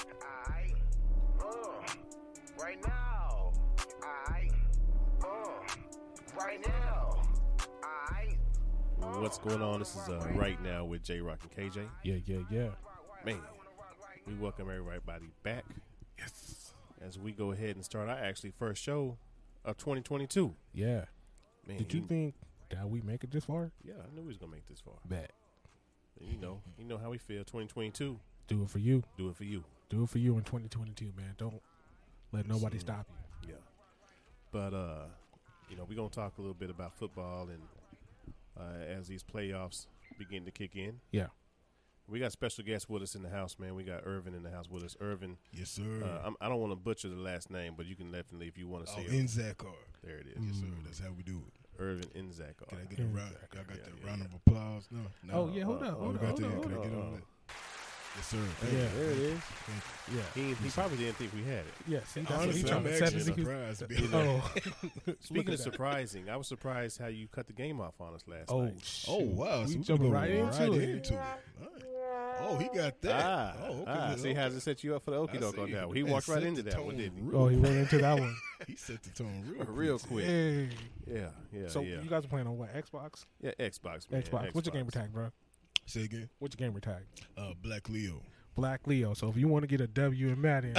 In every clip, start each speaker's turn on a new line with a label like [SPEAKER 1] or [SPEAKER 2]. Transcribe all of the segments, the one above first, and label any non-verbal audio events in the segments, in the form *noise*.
[SPEAKER 1] uh, right now. Alright. Uh, right now. Alright.
[SPEAKER 2] What's going on? This is uh, Right Now with J Rock and KJ.
[SPEAKER 3] Yeah, yeah, yeah.
[SPEAKER 2] Man, we welcome everybody back. Yes. As we go ahead and start our actually first show of 2022.
[SPEAKER 3] Yeah.
[SPEAKER 2] Man,
[SPEAKER 3] Did you think that we make it this far?
[SPEAKER 2] Yeah, I knew we was going to make this far.
[SPEAKER 3] Bet.
[SPEAKER 2] You know, you know how we feel. 2022,
[SPEAKER 3] Do it for you.
[SPEAKER 2] do it for you.
[SPEAKER 3] Do it for you in 2022, man. Don't let nobody stop you.
[SPEAKER 2] Yeah. But uh, you know, we're gonna talk a little bit about football and uh, as these playoffs begin to kick in.
[SPEAKER 3] Yeah.
[SPEAKER 2] We got special guests with us in the house, man. We got Irvin in the house with us. Irvin,
[SPEAKER 4] Yes, sir.
[SPEAKER 2] uh, I'm, I don't want to butcher the last name, but you can definitely if you want to
[SPEAKER 4] oh,
[SPEAKER 2] say it.
[SPEAKER 4] in Zakar.
[SPEAKER 2] there it is,
[SPEAKER 4] Yes, sir. That's how we do it.
[SPEAKER 2] Irvin Inzak.
[SPEAKER 4] Mm. Can I get a round? I got
[SPEAKER 2] Mm. Yeah,
[SPEAKER 4] the
[SPEAKER 2] yeah,
[SPEAKER 4] round of applause. No, no.
[SPEAKER 3] Oh, yeah, hold
[SPEAKER 2] uh,
[SPEAKER 3] up.
[SPEAKER 2] uh,
[SPEAKER 4] Oh,
[SPEAKER 3] Hold
[SPEAKER 4] we
[SPEAKER 3] up.
[SPEAKER 4] got
[SPEAKER 3] Hold
[SPEAKER 4] to.
[SPEAKER 3] up. Hold
[SPEAKER 4] Can I
[SPEAKER 3] up.
[SPEAKER 4] get
[SPEAKER 2] hold
[SPEAKER 4] on
[SPEAKER 2] on.
[SPEAKER 4] that? Yes, sir. Thank
[SPEAKER 3] Yeah.
[SPEAKER 4] you.
[SPEAKER 2] There it is.
[SPEAKER 4] Thank you.
[SPEAKER 3] Yeah.
[SPEAKER 2] He, he probably didn't think we had it.
[SPEAKER 3] Yeah. See, that's what
[SPEAKER 4] Honestly,
[SPEAKER 3] he's trying
[SPEAKER 4] I'm
[SPEAKER 3] to
[SPEAKER 4] actually
[SPEAKER 3] set his
[SPEAKER 4] surprised. being like,
[SPEAKER 3] Oh,
[SPEAKER 2] Speaking of
[SPEAKER 3] that.
[SPEAKER 2] surprising, I was surprised how you cut the game off on us last
[SPEAKER 3] oh,
[SPEAKER 2] night.
[SPEAKER 3] shit.
[SPEAKER 4] oh, wow.
[SPEAKER 3] We
[SPEAKER 4] so
[SPEAKER 3] jumping
[SPEAKER 4] going
[SPEAKER 3] right into it.
[SPEAKER 4] All right. Oh, he got that.
[SPEAKER 2] Ah,
[SPEAKER 4] oh, okay.
[SPEAKER 2] ah,
[SPEAKER 4] okay.
[SPEAKER 2] see how it set you up for the
[SPEAKER 4] I
[SPEAKER 2] okie doke
[SPEAKER 4] see.
[SPEAKER 2] on that one. He
[SPEAKER 4] And
[SPEAKER 2] walked right
[SPEAKER 4] set
[SPEAKER 2] into
[SPEAKER 4] the
[SPEAKER 2] that one,
[SPEAKER 4] tone
[SPEAKER 2] didn't he?
[SPEAKER 4] real-
[SPEAKER 3] Oh, he went into that one.
[SPEAKER 4] He set the tone real,
[SPEAKER 3] *laughs*
[SPEAKER 2] Real
[SPEAKER 4] too.
[SPEAKER 2] quick.
[SPEAKER 3] Hey.
[SPEAKER 2] Yeah, yeah,
[SPEAKER 3] So
[SPEAKER 2] yeah.
[SPEAKER 3] you guys are playing on what? Xbox?
[SPEAKER 2] yeah, Xbox, man.
[SPEAKER 3] Xbox. What's your gamer
[SPEAKER 2] Xbox.
[SPEAKER 3] tag, bro?
[SPEAKER 4] Say again.
[SPEAKER 3] What's your gamer tag?
[SPEAKER 4] Uh, Black Leo.
[SPEAKER 3] Black Leo. So if you want to get a W in Madden,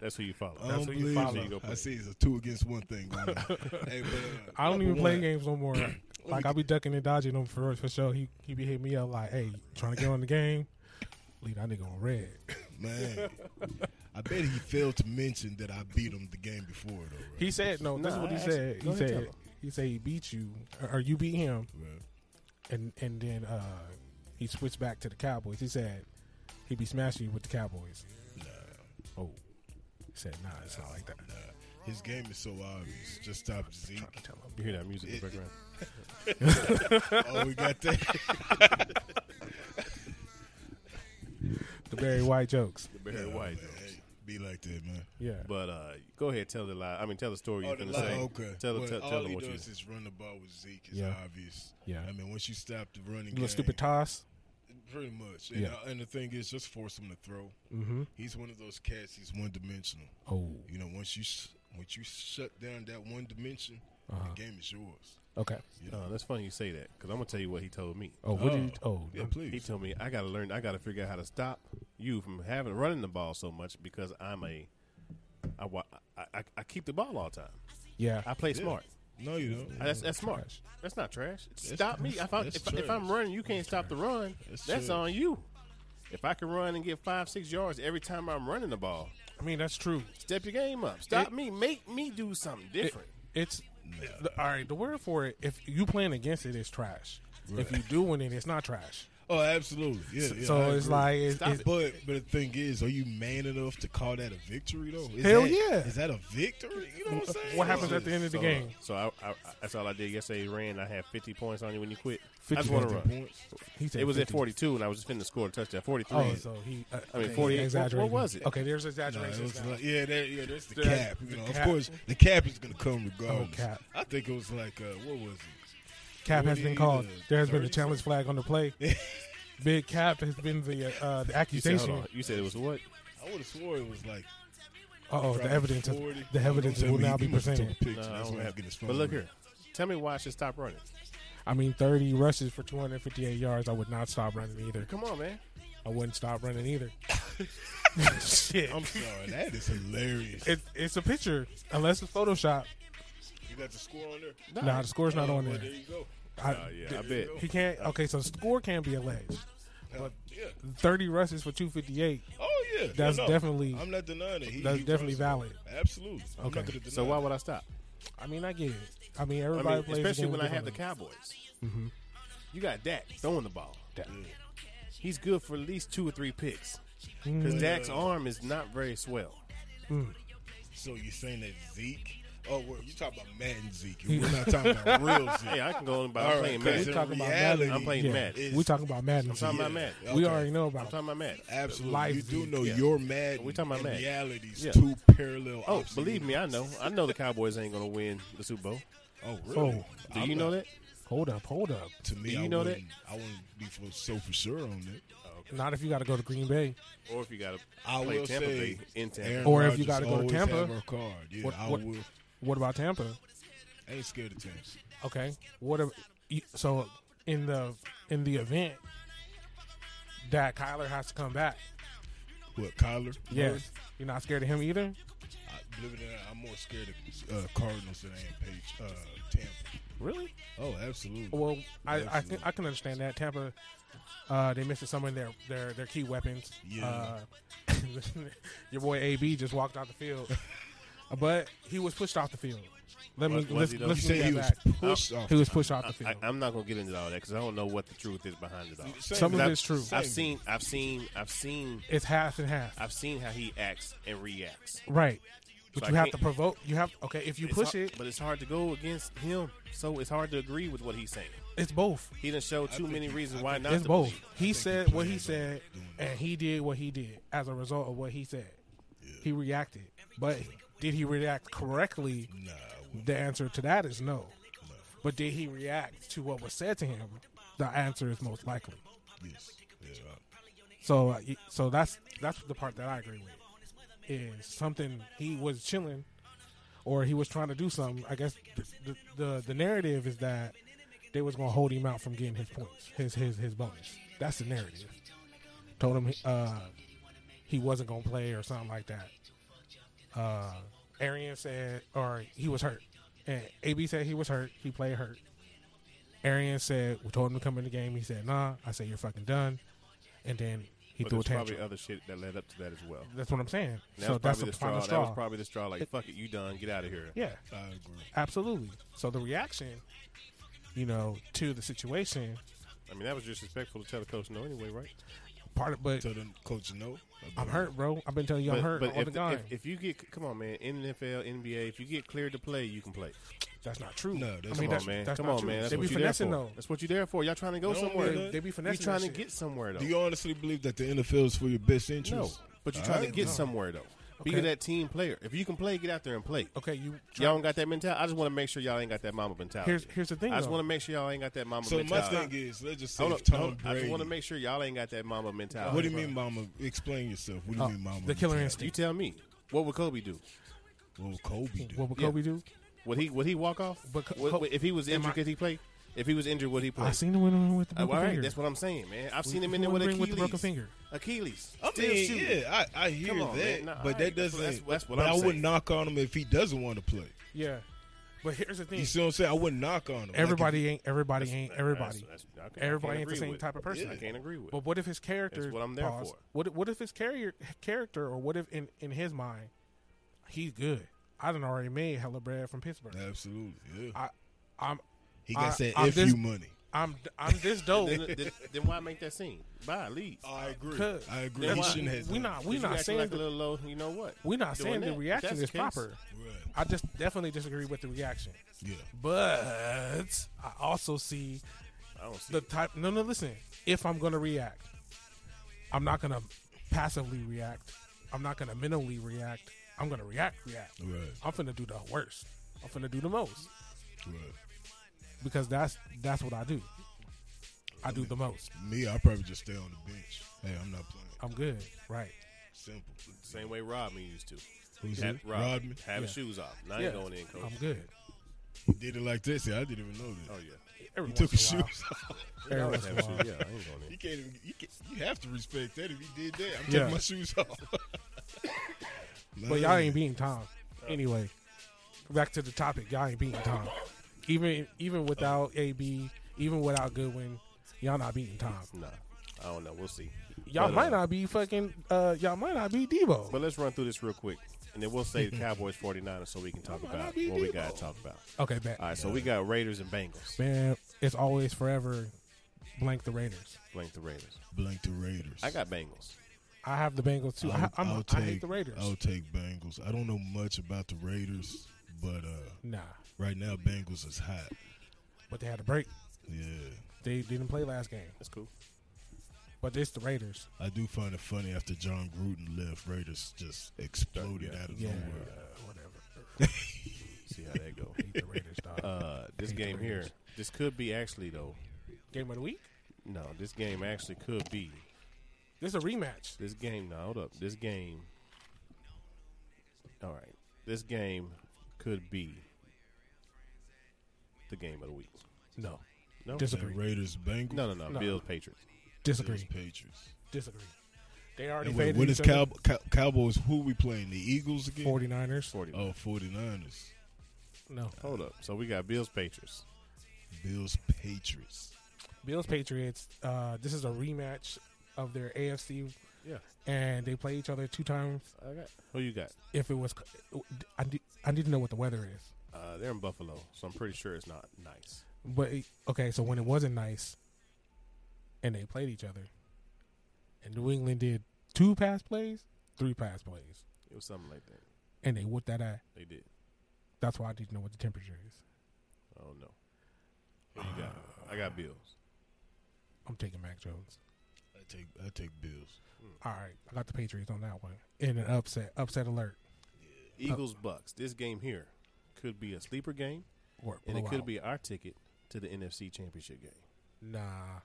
[SPEAKER 2] That's who you follow. That's who you follow.
[SPEAKER 4] Unbelievable.
[SPEAKER 2] You go play.
[SPEAKER 4] I see it's a two against one thing.
[SPEAKER 2] *laughs*
[SPEAKER 4] going on. hey, but, uh,
[SPEAKER 3] I don't even
[SPEAKER 4] number
[SPEAKER 3] play
[SPEAKER 4] one,
[SPEAKER 3] games
[SPEAKER 2] *clears throat*
[SPEAKER 3] no more. like I be ducking and dodging him for for sure. He he be hitting me up like, hey, trying to get on the game. Leave that nigga on red. *laughs*
[SPEAKER 4] Man, I bet he failed to mention that I beat him the game before, though. Right?
[SPEAKER 3] He said no. this is
[SPEAKER 2] Nah,
[SPEAKER 3] what he
[SPEAKER 2] actually-
[SPEAKER 3] said.
[SPEAKER 2] go
[SPEAKER 3] He
[SPEAKER 2] ahead, tell
[SPEAKER 3] said
[SPEAKER 2] him.
[SPEAKER 3] he said he beat you or, or you beat him,
[SPEAKER 4] Right.
[SPEAKER 3] and and then uh, he switched back to the Cowboys. He said he be smashing you with the Cowboys. Oh, he said nah, it's not like that.
[SPEAKER 4] Nah, uh, his game is so obvious. Just stop Zeke.
[SPEAKER 3] Tell him.
[SPEAKER 2] You hear that music in the background?
[SPEAKER 4] Oh, we
[SPEAKER 2] *laughs*
[SPEAKER 4] got that.
[SPEAKER 3] The Barry White jokes.
[SPEAKER 2] The Barry
[SPEAKER 4] Nah,
[SPEAKER 2] White.
[SPEAKER 4] man, hey, be like that, man.
[SPEAKER 3] Yeah.
[SPEAKER 2] But uh, go ahead, tell the lie. I mean, tell the story
[SPEAKER 4] Oh,
[SPEAKER 2] you're
[SPEAKER 4] the
[SPEAKER 2] gonna
[SPEAKER 4] lie,
[SPEAKER 2] say.
[SPEAKER 4] okay.
[SPEAKER 2] Tell,
[SPEAKER 4] Well,
[SPEAKER 2] tell,
[SPEAKER 4] all
[SPEAKER 2] tell
[SPEAKER 4] he
[SPEAKER 2] them what you.
[SPEAKER 4] does is run the ball with Zeke. It's
[SPEAKER 3] Yeah.
[SPEAKER 4] obvious.
[SPEAKER 3] Yeah.
[SPEAKER 4] I mean, once you stop the running
[SPEAKER 3] You little
[SPEAKER 4] game,
[SPEAKER 3] stupid toss.
[SPEAKER 4] pretty much. And,
[SPEAKER 3] Yeah.
[SPEAKER 4] uh, and the thing is, just force him to throw.
[SPEAKER 3] Mm-hmm.
[SPEAKER 4] He's one of those cats. He's one dimensional.
[SPEAKER 3] Oh,
[SPEAKER 4] You know, once you s- once you shut down that one dimension,
[SPEAKER 3] Uh-huh.
[SPEAKER 4] the game is yours.
[SPEAKER 3] okay.
[SPEAKER 4] You know?
[SPEAKER 2] Uh, that's funny you say that because I'm gonna tell you what he told me.
[SPEAKER 3] Oh, what did
[SPEAKER 4] Oh.
[SPEAKER 3] you? Oh,
[SPEAKER 4] yeah, please.
[SPEAKER 2] He told me I gotta learn. I gotta figure out how to stop you from having running the ball so much because I'm a. I wa- I, I, I keep the ball all the time.
[SPEAKER 3] yeah.
[SPEAKER 2] I play smart.
[SPEAKER 4] no, you don't.
[SPEAKER 2] I- That's that's smart.
[SPEAKER 3] Trash.
[SPEAKER 2] That's not trash. stop me if I
[SPEAKER 4] that's
[SPEAKER 2] if, I- if I'm
[SPEAKER 4] trash.
[SPEAKER 2] running, you can't stop the run.
[SPEAKER 4] That's
[SPEAKER 2] that's
[SPEAKER 4] trash.
[SPEAKER 2] on you. If I can run and get five six yards every time I'm running the ball,
[SPEAKER 3] I mean, that's true.
[SPEAKER 2] Step your game up. Stop
[SPEAKER 3] It-
[SPEAKER 2] me. Make me do something different.
[SPEAKER 3] It- it's the- all right. The word for it, if you playing against it, it's trash. If you doing it, it's not trash.
[SPEAKER 4] Oh, absolutely. Yeah. yeah,
[SPEAKER 3] so
[SPEAKER 4] I
[SPEAKER 3] it's
[SPEAKER 4] agree.
[SPEAKER 3] like, it's,
[SPEAKER 2] Stop
[SPEAKER 3] it's,
[SPEAKER 2] it.
[SPEAKER 4] But but the thing is, are you man enough to call that a victory though? Is
[SPEAKER 3] Hell
[SPEAKER 4] that-
[SPEAKER 3] yeah.
[SPEAKER 4] Is that a victory? You know what I'm saying?
[SPEAKER 3] what happens at the end of the
[SPEAKER 2] So,
[SPEAKER 3] game?
[SPEAKER 2] so I, I, that's all I did yesterday. Ran. I had 50 points on you when you quit. I
[SPEAKER 3] 50
[SPEAKER 2] just want to
[SPEAKER 3] points.
[SPEAKER 2] run.
[SPEAKER 4] Points.
[SPEAKER 3] He said
[SPEAKER 2] It was at
[SPEAKER 3] 50.
[SPEAKER 2] 42, and I was just finna score a touchdown. 43.
[SPEAKER 3] Oh, so he. Uh,
[SPEAKER 2] I mean,
[SPEAKER 3] he
[SPEAKER 2] 48. What-
[SPEAKER 3] exaggerated.
[SPEAKER 2] what was it?
[SPEAKER 3] Okay, there's
[SPEAKER 4] Nah, it
[SPEAKER 3] exaggerations.
[SPEAKER 4] was
[SPEAKER 3] now.
[SPEAKER 4] like- yeah, there, yeah, that's the
[SPEAKER 3] The-
[SPEAKER 4] cap.
[SPEAKER 3] the
[SPEAKER 4] You know,
[SPEAKER 3] cap.
[SPEAKER 4] of course, the cap is going to come regardless.
[SPEAKER 3] Oh, cap.
[SPEAKER 4] I think it was like, uh, what was it?
[SPEAKER 3] cap has been
[SPEAKER 4] 40,
[SPEAKER 3] called.
[SPEAKER 4] uh,
[SPEAKER 3] There has been a
[SPEAKER 4] 30
[SPEAKER 3] challenge flag on the play. Big cap has been the uh,
[SPEAKER 2] You said,
[SPEAKER 3] the
[SPEAKER 2] hold
[SPEAKER 3] accusation.
[SPEAKER 2] on. You said it was what?
[SPEAKER 4] I would have swore it was like.
[SPEAKER 3] Oh, the
[SPEAKER 4] probably
[SPEAKER 3] evidence. is-
[SPEAKER 4] 40.
[SPEAKER 3] The evidence
[SPEAKER 4] Don't tell
[SPEAKER 3] will
[SPEAKER 4] me
[SPEAKER 3] now
[SPEAKER 4] he
[SPEAKER 3] be
[SPEAKER 4] must have took
[SPEAKER 3] presented.
[SPEAKER 4] a picture.
[SPEAKER 2] No, I
[SPEAKER 4] That's
[SPEAKER 2] don't
[SPEAKER 4] why he's
[SPEAKER 2] have-
[SPEAKER 4] getting his phone
[SPEAKER 2] but look
[SPEAKER 4] ready.
[SPEAKER 2] here. Tell me why I should stop running.
[SPEAKER 3] I mean, 30 rushes for 258 yards. I would not stop running either.
[SPEAKER 2] Come on, man.
[SPEAKER 3] I wouldn't stop running
[SPEAKER 2] *laughs*
[SPEAKER 3] either. Shit.
[SPEAKER 4] I'm sorry, that
[SPEAKER 3] *laughs*
[SPEAKER 4] is hilarious.
[SPEAKER 3] It, it's a picture, unless it's Photoshop.
[SPEAKER 4] You got the score on there.
[SPEAKER 3] Nah, the score's not
[SPEAKER 4] Oh,
[SPEAKER 3] on
[SPEAKER 4] well,
[SPEAKER 3] there.
[SPEAKER 4] There you go.
[SPEAKER 3] I,
[SPEAKER 2] Oh, yeah, I bet.
[SPEAKER 3] He can't. Okay, so score can be alleged.
[SPEAKER 4] Uh, yeah.
[SPEAKER 3] Thirty rushes for two fifty eight.
[SPEAKER 4] Oh yeah.
[SPEAKER 3] That's
[SPEAKER 4] No, no.
[SPEAKER 3] definitely
[SPEAKER 4] I'm not denying it. He-
[SPEAKER 3] that's
[SPEAKER 4] he
[SPEAKER 3] definitely
[SPEAKER 4] runs-
[SPEAKER 3] valid.
[SPEAKER 4] Absolutely. I'm
[SPEAKER 3] Okay.
[SPEAKER 4] not going to deny.
[SPEAKER 2] So why
[SPEAKER 4] it.
[SPEAKER 2] would I stop?
[SPEAKER 3] I mean, I get it. I mean,
[SPEAKER 2] I
[SPEAKER 3] everybody
[SPEAKER 2] mean,
[SPEAKER 3] plays. the
[SPEAKER 2] especially
[SPEAKER 3] game
[SPEAKER 2] when I have the
[SPEAKER 3] differently. Mm-hmm.
[SPEAKER 2] Cowboys. You got Dak throwing the ball. He's good for at least two or three picks because
[SPEAKER 3] Mm.
[SPEAKER 2] Dak's arm is not very swell.
[SPEAKER 4] So you're saying that Zeke? Oh, we're, you talking about Madden Zeke? We're
[SPEAKER 3] *laughs*
[SPEAKER 4] not talking about real Zeke.
[SPEAKER 2] Hey, I can go on by
[SPEAKER 4] All right,
[SPEAKER 2] playing
[SPEAKER 4] because
[SPEAKER 3] We're
[SPEAKER 2] Madden.
[SPEAKER 4] in
[SPEAKER 3] talking about Madden.
[SPEAKER 2] I'm playing
[SPEAKER 3] Yeah,
[SPEAKER 2] Madden.
[SPEAKER 4] is-
[SPEAKER 3] we talking about Madden.
[SPEAKER 2] talking
[SPEAKER 3] here.
[SPEAKER 2] about Madden.
[SPEAKER 4] Yeah,
[SPEAKER 3] We
[SPEAKER 4] okay.
[SPEAKER 3] already know
[SPEAKER 2] I'm
[SPEAKER 3] about. it.
[SPEAKER 2] talking about Madden.
[SPEAKER 4] Absolutely,
[SPEAKER 3] Live
[SPEAKER 4] you do
[SPEAKER 3] Zeke,
[SPEAKER 4] know
[SPEAKER 2] yeah.
[SPEAKER 4] your Madden.
[SPEAKER 2] We talking about
[SPEAKER 4] and
[SPEAKER 2] Madden.
[SPEAKER 4] Realities
[SPEAKER 2] Yeah.
[SPEAKER 4] two parallel.
[SPEAKER 2] Oh,
[SPEAKER 4] opposites.
[SPEAKER 2] believe me, I know. I know the Cowboys ain't gonna win the Super Bowl.
[SPEAKER 4] Oh,
[SPEAKER 3] Oh,
[SPEAKER 4] really?
[SPEAKER 2] Do
[SPEAKER 4] I'm
[SPEAKER 2] you know
[SPEAKER 4] not-
[SPEAKER 2] that?
[SPEAKER 3] hold up, hold up.
[SPEAKER 4] To me,
[SPEAKER 2] Do you
[SPEAKER 4] I
[SPEAKER 2] know that?
[SPEAKER 4] wouldn't, I wouldn't be for, so for sure on that.
[SPEAKER 3] Not if you got to go to Green Bay.
[SPEAKER 2] Or if you got to
[SPEAKER 4] I
[SPEAKER 2] play
[SPEAKER 4] will
[SPEAKER 2] Tampa
[SPEAKER 4] say
[SPEAKER 2] Bay in Tampa.
[SPEAKER 4] Aaron
[SPEAKER 3] Or if you
[SPEAKER 4] Rodgers
[SPEAKER 3] gotta go to
[SPEAKER 4] always
[SPEAKER 3] Tampa.
[SPEAKER 4] have her card. Yeah,
[SPEAKER 3] What-
[SPEAKER 4] I
[SPEAKER 3] what-
[SPEAKER 4] will.
[SPEAKER 3] What about Tampa?
[SPEAKER 4] I ain't scared of Tampa.
[SPEAKER 3] Okay. What ab- you- so in the in the event that Kyler has to come back?
[SPEAKER 4] What Kyler?
[SPEAKER 3] Yes. You're not scared of him either.
[SPEAKER 4] I, believe it or not, I'm more scared of uh, Cardinals than I am Page, uh, Tampa.
[SPEAKER 2] Really?
[SPEAKER 4] Oh, absolutely.
[SPEAKER 3] Well, I I,
[SPEAKER 4] Absolutely.
[SPEAKER 3] think I can understand that Tampa. Uh, they missed some of their, their, their key weapons.
[SPEAKER 4] Yeah.
[SPEAKER 3] Uh, *laughs* your boy AB just walked out the
[SPEAKER 2] *laughs*
[SPEAKER 3] field, but he was pushed off the field. Let me
[SPEAKER 2] Was- was
[SPEAKER 3] let's,
[SPEAKER 2] he though?
[SPEAKER 3] let's
[SPEAKER 4] you
[SPEAKER 2] You
[SPEAKER 3] move
[SPEAKER 4] said
[SPEAKER 3] that
[SPEAKER 4] he was
[SPEAKER 3] back. Oh.
[SPEAKER 4] pushed off.
[SPEAKER 3] He was pushed off
[SPEAKER 2] I,
[SPEAKER 3] the field.
[SPEAKER 2] I, I'm not gonna get into all that because I don't know what the truth is behind it all.
[SPEAKER 4] Same
[SPEAKER 3] Some of
[SPEAKER 4] here.
[SPEAKER 3] it's true.
[SPEAKER 4] Same
[SPEAKER 2] I've
[SPEAKER 4] here.
[SPEAKER 2] seen, I've seen, I've seen,
[SPEAKER 3] it's half and half.
[SPEAKER 2] I've seen how he acts and reacts.
[SPEAKER 3] Right. But
[SPEAKER 2] So
[SPEAKER 3] you
[SPEAKER 2] I
[SPEAKER 3] have to
[SPEAKER 2] can't-
[SPEAKER 3] provoke. You have okay. If you
[SPEAKER 2] It's
[SPEAKER 3] push
[SPEAKER 2] hard-
[SPEAKER 3] it,
[SPEAKER 2] but it's hard to go against him. So it's hard to agree with what he's saying.
[SPEAKER 3] it's both.
[SPEAKER 2] He done showed too
[SPEAKER 4] think
[SPEAKER 2] many
[SPEAKER 4] he-
[SPEAKER 2] reasons
[SPEAKER 4] I
[SPEAKER 2] why
[SPEAKER 4] think
[SPEAKER 2] not.
[SPEAKER 3] It's
[SPEAKER 2] to
[SPEAKER 3] both.
[SPEAKER 2] believe.
[SPEAKER 3] He
[SPEAKER 4] he
[SPEAKER 3] said what he
[SPEAKER 4] planned on
[SPEAKER 3] said,
[SPEAKER 4] doing that.
[SPEAKER 3] and he did what he did as a result of what he said. He reacted, but did he react correctly?
[SPEAKER 4] Nah,
[SPEAKER 3] The answer to that is no. But did he react to what was said to him? The answer is most likely.
[SPEAKER 4] yes, yeah,
[SPEAKER 3] So, uh, y- so that's that's the part that I agree with. Is something he was chilling, or he was trying to do something. I guess the the, the, the narrative is that they was gonna hold him out from getting his points, his his his bonus. That's the narrative. Told him uh, he wasn't gonna play or something like that. Uh, Arian said, or he was hurt, and AB said he was hurt. He played hurt. Arian said, we told him to come in the game. He said, nah. I said, you're fucking done. And then he
[SPEAKER 2] But
[SPEAKER 3] threw a
[SPEAKER 2] there's
[SPEAKER 3] tantrum.
[SPEAKER 2] probably other shit that led up to that as well.
[SPEAKER 3] That's what I'm saying.
[SPEAKER 2] That
[SPEAKER 3] so
[SPEAKER 2] was probably
[SPEAKER 3] that's the,
[SPEAKER 2] the straw.
[SPEAKER 3] final
[SPEAKER 2] That was
[SPEAKER 3] straw.
[SPEAKER 2] probably the straw. Like, fuck it, you done. Get out of here.
[SPEAKER 3] Yeah,
[SPEAKER 4] I agree.
[SPEAKER 3] absolutely. So the reaction, you know, to the situation,
[SPEAKER 2] I mean, that was disrespectful to tell the coach no anyway, right?
[SPEAKER 3] part of, but
[SPEAKER 4] Tell them, coach, no.
[SPEAKER 3] I'm hurt, bro. I've been telling you I'm hurt all
[SPEAKER 2] if,
[SPEAKER 3] the time.
[SPEAKER 2] if, if you get, come on, man, NFL, NBA, if you get cleared to play, you can play.
[SPEAKER 3] that's not true.
[SPEAKER 4] No, that's-
[SPEAKER 3] I
[SPEAKER 2] Come
[SPEAKER 3] mean, that's,
[SPEAKER 2] on, Oh, man.
[SPEAKER 3] that's
[SPEAKER 2] come
[SPEAKER 3] not
[SPEAKER 2] on,
[SPEAKER 3] true.
[SPEAKER 2] man. That's
[SPEAKER 3] they
[SPEAKER 2] what
[SPEAKER 3] be
[SPEAKER 2] you there
[SPEAKER 3] finessing
[SPEAKER 2] for.
[SPEAKER 3] though.
[SPEAKER 2] That's what you there for. Y'all trying to go
[SPEAKER 4] No,
[SPEAKER 2] somewhere.
[SPEAKER 4] man.
[SPEAKER 3] They be
[SPEAKER 2] You
[SPEAKER 3] finessing.
[SPEAKER 2] trying
[SPEAKER 3] that
[SPEAKER 2] to
[SPEAKER 3] shit.
[SPEAKER 2] get somewhere though.
[SPEAKER 4] Do you honestly believe that the NFL is for your best
[SPEAKER 2] no,
[SPEAKER 4] interest?
[SPEAKER 2] but you
[SPEAKER 4] All
[SPEAKER 2] trying to
[SPEAKER 4] right.
[SPEAKER 2] get
[SPEAKER 4] No.
[SPEAKER 2] somewhere though.
[SPEAKER 3] Okay.
[SPEAKER 2] Be that team player. If you can play, get out there and play.
[SPEAKER 3] Okay, you.
[SPEAKER 2] Y'all don't got that mentality. I just want to make sure y'all ain't got that mama mentality.
[SPEAKER 3] Here's here's the thing.
[SPEAKER 2] I just
[SPEAKER 3] though.
[SPEAKER 2] want to make sure y'all ain't got that mama
[SPEAKER 4] So my
[SPEAKER 2] mentality.
[SPEAKER 4] thing is, let's just say
[SPEAKER 2] Hold
[SPEAKER 4] if
[SPEAKER 2] up, hold
[SPEAKER 4] Tom
[SPEAKER 2] up. I
[SPEAKER 4] Brady.
[SPEAKER 2] just want to make sure y'all ain't got that mama mentality.
[SPEAKER 4] what do you mean, Mama? Explain yourself. What do you
[SPEAKER 3] Oh,
[SPEAKER 4] mean, Mama?
[SPEAKER 3] the killer
[SPEAKER 4] mentality?
[SPEAKER 2] You tell me. What would Kobe do?
[SPEAKER 4] What would Kobe do?
[SPEAKER 3] What would
[SPEAKER 2] Yeah.
[SPEAKER 3] Kobe do?
[SPEAKER 2] Would he would he walk off?
[SPEAKER 3] But Co-
[SPEAKER 2] Would-
[SPEAKER 3] Co-
[SPEAKER 2] would- if he was
[SPEAKER 3] am
[SPEAKER 2] injured,
[SPEAKER 3] I-
[SPEAKER 2] could he play? If he was injured, would he play?
[SPEAKER 3] I seen him in with the
[SPEAKER 2] Uh,
[SPEAKER 3] broken
[SPEAKER 2] well, all right,
[SPEAKER 3] finger.
[SPEAKER 2] that's what I'm saying, man. I've seen him in there
[SPEAKER 3] who
[SPEAKER 2] with
[SPEAKER 3] in the
[SPEAKER 2] Achilles.
[SPEAKER 3] ring with the broken finger?
[SPEAKER 2] Achilles.
[SPEAKER 4] I
[SPEAKER 2] Still
[SPEAKER 4] mean,
[SPEAKER 2] shooting.
[SPEAKER 4] yeah, I, I hear
[SPEAKER 2] Come on,
[SPEAKER 4] that,
[SPEAKER 2] man. Nah,
[SPEAKER 4] but
[SPEAKER 2] all
[SPEAKER 4] that
[SPEAKER 2] right, that's
[SPEAKER 4] doesn't.
[SPEAKER 2] what- that's- that's what
[SPEAKER 4] but
[SPEAKER 2] I'm
[SPEAKER 4] I would
[SPEAKER 2] saying.
[SPEAKER 4] knock on him if he doesn't want to play.
[SPEAKER 3] Yeah, but here's the
[SPEAKER 2] Hmm.
[SPEAKER 3] thing.
[SPEAKER 4] You see what I'm saying? I wouldn't knock on him. Like, if-
[SPEAKER 3] Everybody ain't everybody ain't
[SPEAKER 2] That's-
[SPEAKER 3] everybody.
[SPEAKER 2] that's- that's- I can't- I
[SPEAKER 3] Everybody
[SPEAKER 2] can't
[SPEAKER 3] ain't the
[SPEAKER 2] agree
[SPEAKER 3] same
[SPEAKER 2] with it.
[SPEAKER 3] type of person.
[SPEAKER 2] I can't agree with.
[SPEAKER 3] *laughs* But what if his character?
[SPEAKER 2] That's what I'm there
[SPEAKER 3] pause.
[SPEAKER 2] for.
[SPEAKER 3] What if- what if his carrier, character, or what if in, in his mind, he's good? I done already made hella bread from Pittsburgh.
[SPEAKER 4] absolutely. Yeah.
[SPEAKER 3] I, I'm
[SPEAKER 4] he got
[SPEAKER 3] I-
[SPEAKER 4] that
[SPEAKER 3] I'm
[SPEAKER 4] if
[SPEAKER 3] this-
[SPEAKER 4] you money.
[SPEAKER 3] I'm I'm this
[SPEAKER 2] *laughs*
[SPEAKER 3] dope.
[SPEAKER 2] then, then, then why make that scene? Bye, leave.
[SPEAKER 4] I agree.
[SPEAKER 3] Cause-
[SPEAKER 4] I agree.
[SPEAKER 2] Then
[SPEAKER 4] He
[SPEAKER 2] why-
[SPEAKER 4] shouldn't have.
[SPEAKER 3] we
[SPEAKER 4] done
[SPEAKER 3] not
[SPEAKER 4] it.
[SPEAKER 3] Uh, we
[SPEAKER 2] If you
[SPEAKER 3] not
[SPEAKER 2] acting
[SPEAKER 3] saying
[SPEAKER 2] like a
[SPEAKER 3] the,
[SPEAKER 2] little low. You know what?
[SPEAKER 3] we not
[SPEAKER 2] Doing
[SPEAKER 3] saying the
[SPEAKER 2] that. If
[SPEAKER 3] reaction
[SPEAKER 2] that's the
[SPEAKER 3] is
[SPEAKER 2] case,
[SPEAKER 3] proper.
[SPEAKER 4] Right.
[SPEAKER 3] I just definitely disagree with the reaction,
[SPEAKER 4] Yeah.
[SPEAKER 3] but I also see
[SPEAKER 2] I don't see.
[SPEAKER 3] the type. No, no, listen. If I'm gonna react, I'm not gonna passively react. I'm not gonna mentally react. I'm gonna react, react.
[SPEAKER 4] Right.
[SPEAKER 3] I'm finna do the worst. I'm finna do the most
[SPEAKER 4] Right.
[SPEAKER 3] because that's that's what I do. I do the most.
[SPEAKER 4] Me, I probably just stay on the bench. Hey, I'm not playing.
[SPEAKER 3] I'm good, right?
[SPEAKER 4] Simple.
[SPEAKER 2] same way Rodman used to.
[SPEAKER 4] Who's
[SPEAKER 2] Had,
[SPEAKER 4] it?
[SPEAKER 2] Rob,
[SPEAKER 4] Rodman.
[SPEAKER 2] having
[SPEAKER 3] Yeah.
[SPEAKER 2] shoes off. Now
[SPEAKER 3] Yeah.
[SPEAKER 2] you going in, coach.
[SPEAKER 3] I'm good.
[SPEAKER 4] He did it like this. Yeah, I didn't even know that.
[SPEAKER 2] oh yeah.
[SPEAKER 3] Every
[SPEAKER 4] he took
[SPEAKER 3] once
[SPEAKER 4] his
[SPEAKER 3] in a
[SPEAKER 4] shoes
[SPEAKER 3] while.
[SPEAKER 4] off. *laughs*
[SPEAKER 2] *laughs*
[SPEAKER 3] Every
[SPEAKER 2] I
[SPEAKER 3] once in a
[SPEAKER 2] have shoes.
[SPEAKER 3] while.
[SPEAKER 2] Yeah, I ain't going in.
[SPEAKER 4] You can't even. You, can't, you have to respect that if he did that. I'm
[SPEAKER 3] Yeah.
[SPEAKER 4] taking my shoes off. *laughs*
[SPEAKER 3] But y'all
[SPEAKER 4] Mm.
[SPEAKER 3] ain't beating Tom. Anyway, back to the topic. Y'all ain't beating Tom. Even even without AB, even without Goodwin, y'all not beating Tom.
[SPEAKER 2] Nah, I don't know. We'll see. But,
[SPEAKER 3] Y'all
[SPEAKER 2] uh,
[SPEAKER 3] might not be fucking. Uh, y'all might not be Debo.
[SPEAKER 2] But let's run through this real quick, and then we'll say *laughs* the Cowboys 49ers so we can talk
[SPEAKER 3] Might
[SPEAKER 2] about
[SPEAKER 3] not
[SPEAKER 2] what
[SPEAKER 3] be
[SPEAKER 2] we
[SPEAKER 3] Debo.
[SPEAKER 2] got to talk about.
[SPEAKER 3] okay, back.
[SPEAKER 2] All right, so we got Raiders and Bengals.
[SPEAKER 3] Man, it's always forever. Blank the Raiders.
[SPEAKER 2] Blank the Raiders.
[SPEAKER 4] Blank the Raiders.
[SPEAKER 2] I got Bengals.
[SPEAKER 3] I have the Bengals too. i
[SPEAKER 4] I'll-
[SPEAKER 3] I'm,
[SPEAKER 4] I'll
[SPEAKER 3] I hate the Raiders.
[SPEAKER 4] I'll take Bengals. I don't know much about the Raiders, but uh,
[SPEAKER 3] nah,
[SPEAKER 4] right now Bengals is hot.
[SPEAKER 3] but they had a break.
[SPEAKER 4] Yeah,
[SPEAKER 3] They didn't play last game,
[SPEAKER 2] That's cool.
[SPEAKER 3] but it's the Raiders.
[SPEAKER 4] I do find it funny after John Gruden left, Raiders just exploded out of
[SPEAKER 3] Yeah,
[SPEAKER 4] nowhere.
[SPEAKER 3] whatever.
[SPEAKER 2] See how that *laughs* go.
[SPEAKER 3] hate the Raiders, dog.
[SPEAKER 2] Uh, this
[SPEAKER 3] Hate the
[SPEAKER 2] game here,
[SPEAKER 3] Raiders.
[SPEAKER 2] this could be actually though.
[SPEAKER 3] game of the week.
[SPEAKER 2] No, this game actually could be
[SPEAKER 3] This is a rematch.
[SPEAKER 2] This game, now hold up. This game. All right. This game could be the game of the week.
[SPEAKER 3] No,
[SPEAKER 2] No,
[SPEAKER 3] disagree,
[SPEAKER 4] Raiders Bengals.
[SPEAKER 2] no, no, no.
[SPEAKER 3] No.
[SPEAKER 2] Bills Patriots.
[SPEAKER 3] disagree,
[SPEAKER 4] Patriots.
[SPEAKER 3] disagree. They already
[SPEAKER 4] And
[SPEAKER 3] paid
[SPEAKER 4] wait, what
[SPEAKER 3] each
[SPEAKER 4] is
[SPEAKER 3] other.
[SPEAKER 4] Cow- Cow- Cowboys? Who we playing? The Eagles again?
[SPEAKER 3] 49ers.
[SPEAKER 2] 40.
[SPEAKER 4] Oh, 49ers.
[SPEAKER 3] No,
[SPEAKER 2] Hold up. So we got Bills Patriots.
[SPEAKER 4] Bills Patriots.
[SPEAKER 3] Bills Patriots. Uh, this is a rematch of their AFC,
[SPEAKER 2] Yeah.
[SPEAKER 3] and they play each other two times.
[SPEAKER 2] Okay. Who you got?
[SPEAKER 3] If it was, I need, I need to know what the weather is.
[SPEAKER 2] Uh, they're in Buffalo, so I'm pretty sure it's not nice.
[SPEAKER 3] But okay, so when it wasn't nice, and they played each other, and New England did two pass plays, three pass plays,
[SPEAKER 2] It was something like that.
[SPEAKER 3] and they whooped that ass.
[SPEAKER 2] They did.
[SPEAKER 3] That's why I need to know what the temperature is.
[SPEAKER 2] I don't know. Who you got? I got Bills.
[SPEAKER 3] I'm taking Mac Jones.
[SPEAKER 4] I take I take Bills.
[SPEAKER 3] All right, I got the Patriots on that one. In an upset, upset alert, Uh,
[SPEAKER 2] Eagles Bucks. This game here could be a sleeper game,
[SPEAKER 3] or
[SPEAKER 2] and it
[SPEAKER 3] blowout.
[SPEAKER 2] could be our ticket to the NFC Championship game.
[SPEAKER 3] nah.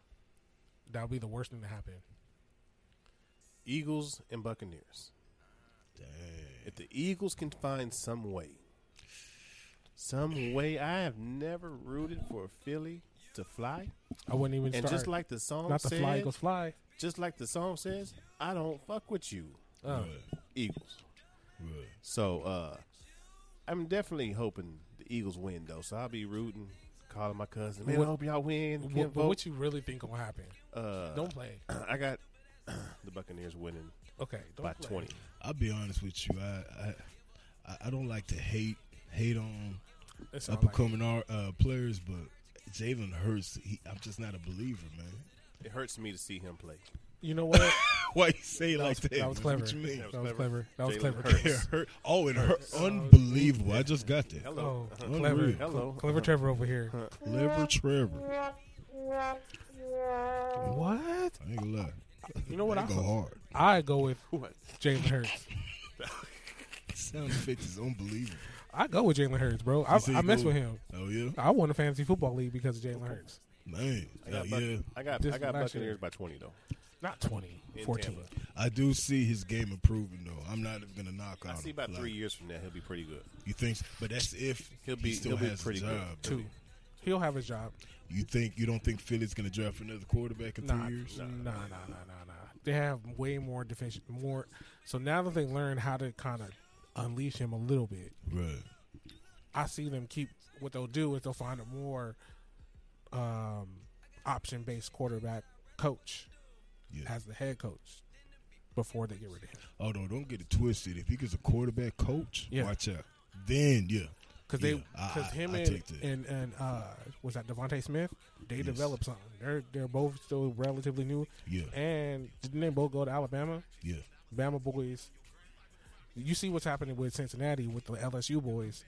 [SPEAKER 3] That would be the worst thing to happen.
[SPEAKER 2] Eagles and Buccaneers.
[SPEAKER 4] Dang.
[SPEAKER 2] If the Eagles can find some way, some way, I have never rooted for Philly to fly,
[SPEAKER 3] I wouldn't even
[SPEAKER 2] and
[SPEAKER 3] start.
[SPEAKER 2] just like the song
[SPEAKER 3] not the
[SPEAKER 2] said,
[SPEAKER 3] fly eagles fly.
[SPEAKER 2] just like the song says, I don't fuck with you,
[SPEAKER 3] Uh,
[SPEAKER 4] Right,
[SPEAKER 2] Eagles.
[SPEAKER 4] right.
[SPEAKER 2] So uh I'm definitely hoping the Eagles win though. So I'll be rooting, calling my cousin. Man,
[SPEAKER 3] What-
[SPEAKER 2] I hope y'all win.
[SPEAKER 3] wh-
[SPEAKER 2] Can't
[SPEAKER 3] but
[SPEAKER 2] vote.
[SPEAKER 3] what you really think will happen?
[SPEAKER 2] uh, *clears throat*
[SPEAKER 3] Don't play.
[SPEAKER 2] I got the Buccaneers winning
[SPEAKER 3] Okay, don't
[SPEAKER 2] by
[SPEAKER 3] play.
[SPEAKER 2] 20.
[SPEAKER 4] I'll be honest with you. I I- I, I don't like to hate hate on
[SPEAKER 3] It's
[SPEAKER 4] up
[SPEAKER 3] all
[SPEAKER 4] and
[SPEAKER 3] right.
[SPEAKER 4] coming our uh, players, but Jalen Hurts. He, I'm just not a believer, man. *laughs*
[SPEAKER 2] It hurts me to see him play.
[SPEAKER 3] You know what?
[SPEAKER 4] Why you say it
[SPEAKER 3] That
[SPEAKER 4] like
[SPEAKER 3] was,
[SPEAKER 4] that?
[SPEAKER 3] that was
[SPEAKER 4] man?
[SPEAKER 3] clever.
[SPEAKER 4] What you mean?
[SPEAKER 3] That was clever. That was
[SPEAKER 2] Jalen
[SPEAKER 3] clever.
[SPEAKER 2] Hurts.
[SPEAKER 4] *laughs* It hurt. Oh, it hurt.
[SPEAKER 3] Oh,
[SPEAKER 4] Unbelievable. I just got that.
[SPEAKER 2] Hello.
[SPEAKER 3] Oh, clever.
[SPEAKER 4] Unreal.
[SPEAKER 2] Hello. Uh-huh.
[SPEAKER 3] Clever Trevor over here.
[SPEAKER 4] Clever Trevor.
[SPEAKER 3] What?
[SPEAKER 4] I ain't gonna lie.
[SPEAKER 3] You know what? I
[SPEAKER 4] They go hard. *laughs*
[SPEAKER 3] I go with
[SPEAKER 2] What?
[SPEAKER 3] Jalen Hurts.
[SPEAKER 4] Sound effect is unbelievable.
[SPEAKER 3] I go with Jalen Hurts, bro. I,
[SPEAKER 4] You see,
[SPEAKER 3] I mess
[SPEAKER 4] go-
[SPEAKER 3] with him.
[SPEAKER 4] Oh yeah,
[SPEAKER 3] I won a fantasy football league because of Jalen Hurts.
[SPEAKER 4] man.
[SPEAKER 2] I
[SPEAKER 4] Oh,
[SPEAKER 2] got, Buc-
[SPEAKER 4] yeah,
[SPEAKER 2] I got,
[SPEAKER 3] This
[SPEAKER 2] I got
[SPEAKER 3] last year.
[SPEAKER 2] Buccaneers by 20 though.
[SPEAKER 3] Not 20,
[SPEAKER 2] In
[SPEAKER 3] 14.
[SPEAKER 2] Tampa.
[SPEAKER 4] I do see his game improving though. I'm not even gonna knock out.
[SPEAKER 2] I see
[SPEAKER 4] him.
[SPEAKER 2] about
[SPEAKER 4] Like,
[SPEAKER 2] three years from now he'll be pretty good.
[SPEAKER 4] You think? But that's if
[SPEAKER 2] He'll be-
[SPEAKER 4] he still
[SPEAKER 2] he'll be
[SPEAKER 4] has
[SPEAKER 2] pretty
[SPEAKER 4] a job.
[SPEAKER 2] good.
[SPEAKER 4] though.
[SPEAKER 3] Two. He'll have his job.
[SPEAKER 4] You think? You don't think Philly's gonna draft another quarterback in
[SPEAKER 3] Nah,
[SPEAKER 4] three years?
[SPEAKER 3] nah, nah, nah, nah, nah. They have way more defense, more. So now that they learn how to kind of unleash him a little bit,
[SPEAKER 4] Right.
[SPEAKER 3] I see them keep what they'll do is they'll find a more um, option based quarterback coach
[SPEAKER 4] Yeah.
[SPEAKER 3] as the head coach before they get rid of him
[SPEAKER 4] Although, don't get it twisted. If he gets a quarterback coach,
[SPEAKER 3] Yeah.
[SPEAKER 4] watch out. Then yeah,
[SPEAKER 3] because they
[SPEAKER 4] Yeah, I-
[SPEAKER 3] because
[SPEAKER 4] I-
[SPEAKER 3] him
[SPEAKER 4] I
[SPEAKER 3] and,
[SPEAKER 4] take that.
[SPEAKER 3] and and uh was that Devontae Smith they
[SPEAKER 4] Yes.
[SPEAKER 3] developed something they're they're both still relatively new
[SPEAKER 4] yeah,
[SPEAKER 3] and didn't they both go to Alabama
[SPEAKER 4] yeah.
[SPEAKER 3] Bama boys you see what's happening with Cincinnati with the LSU boys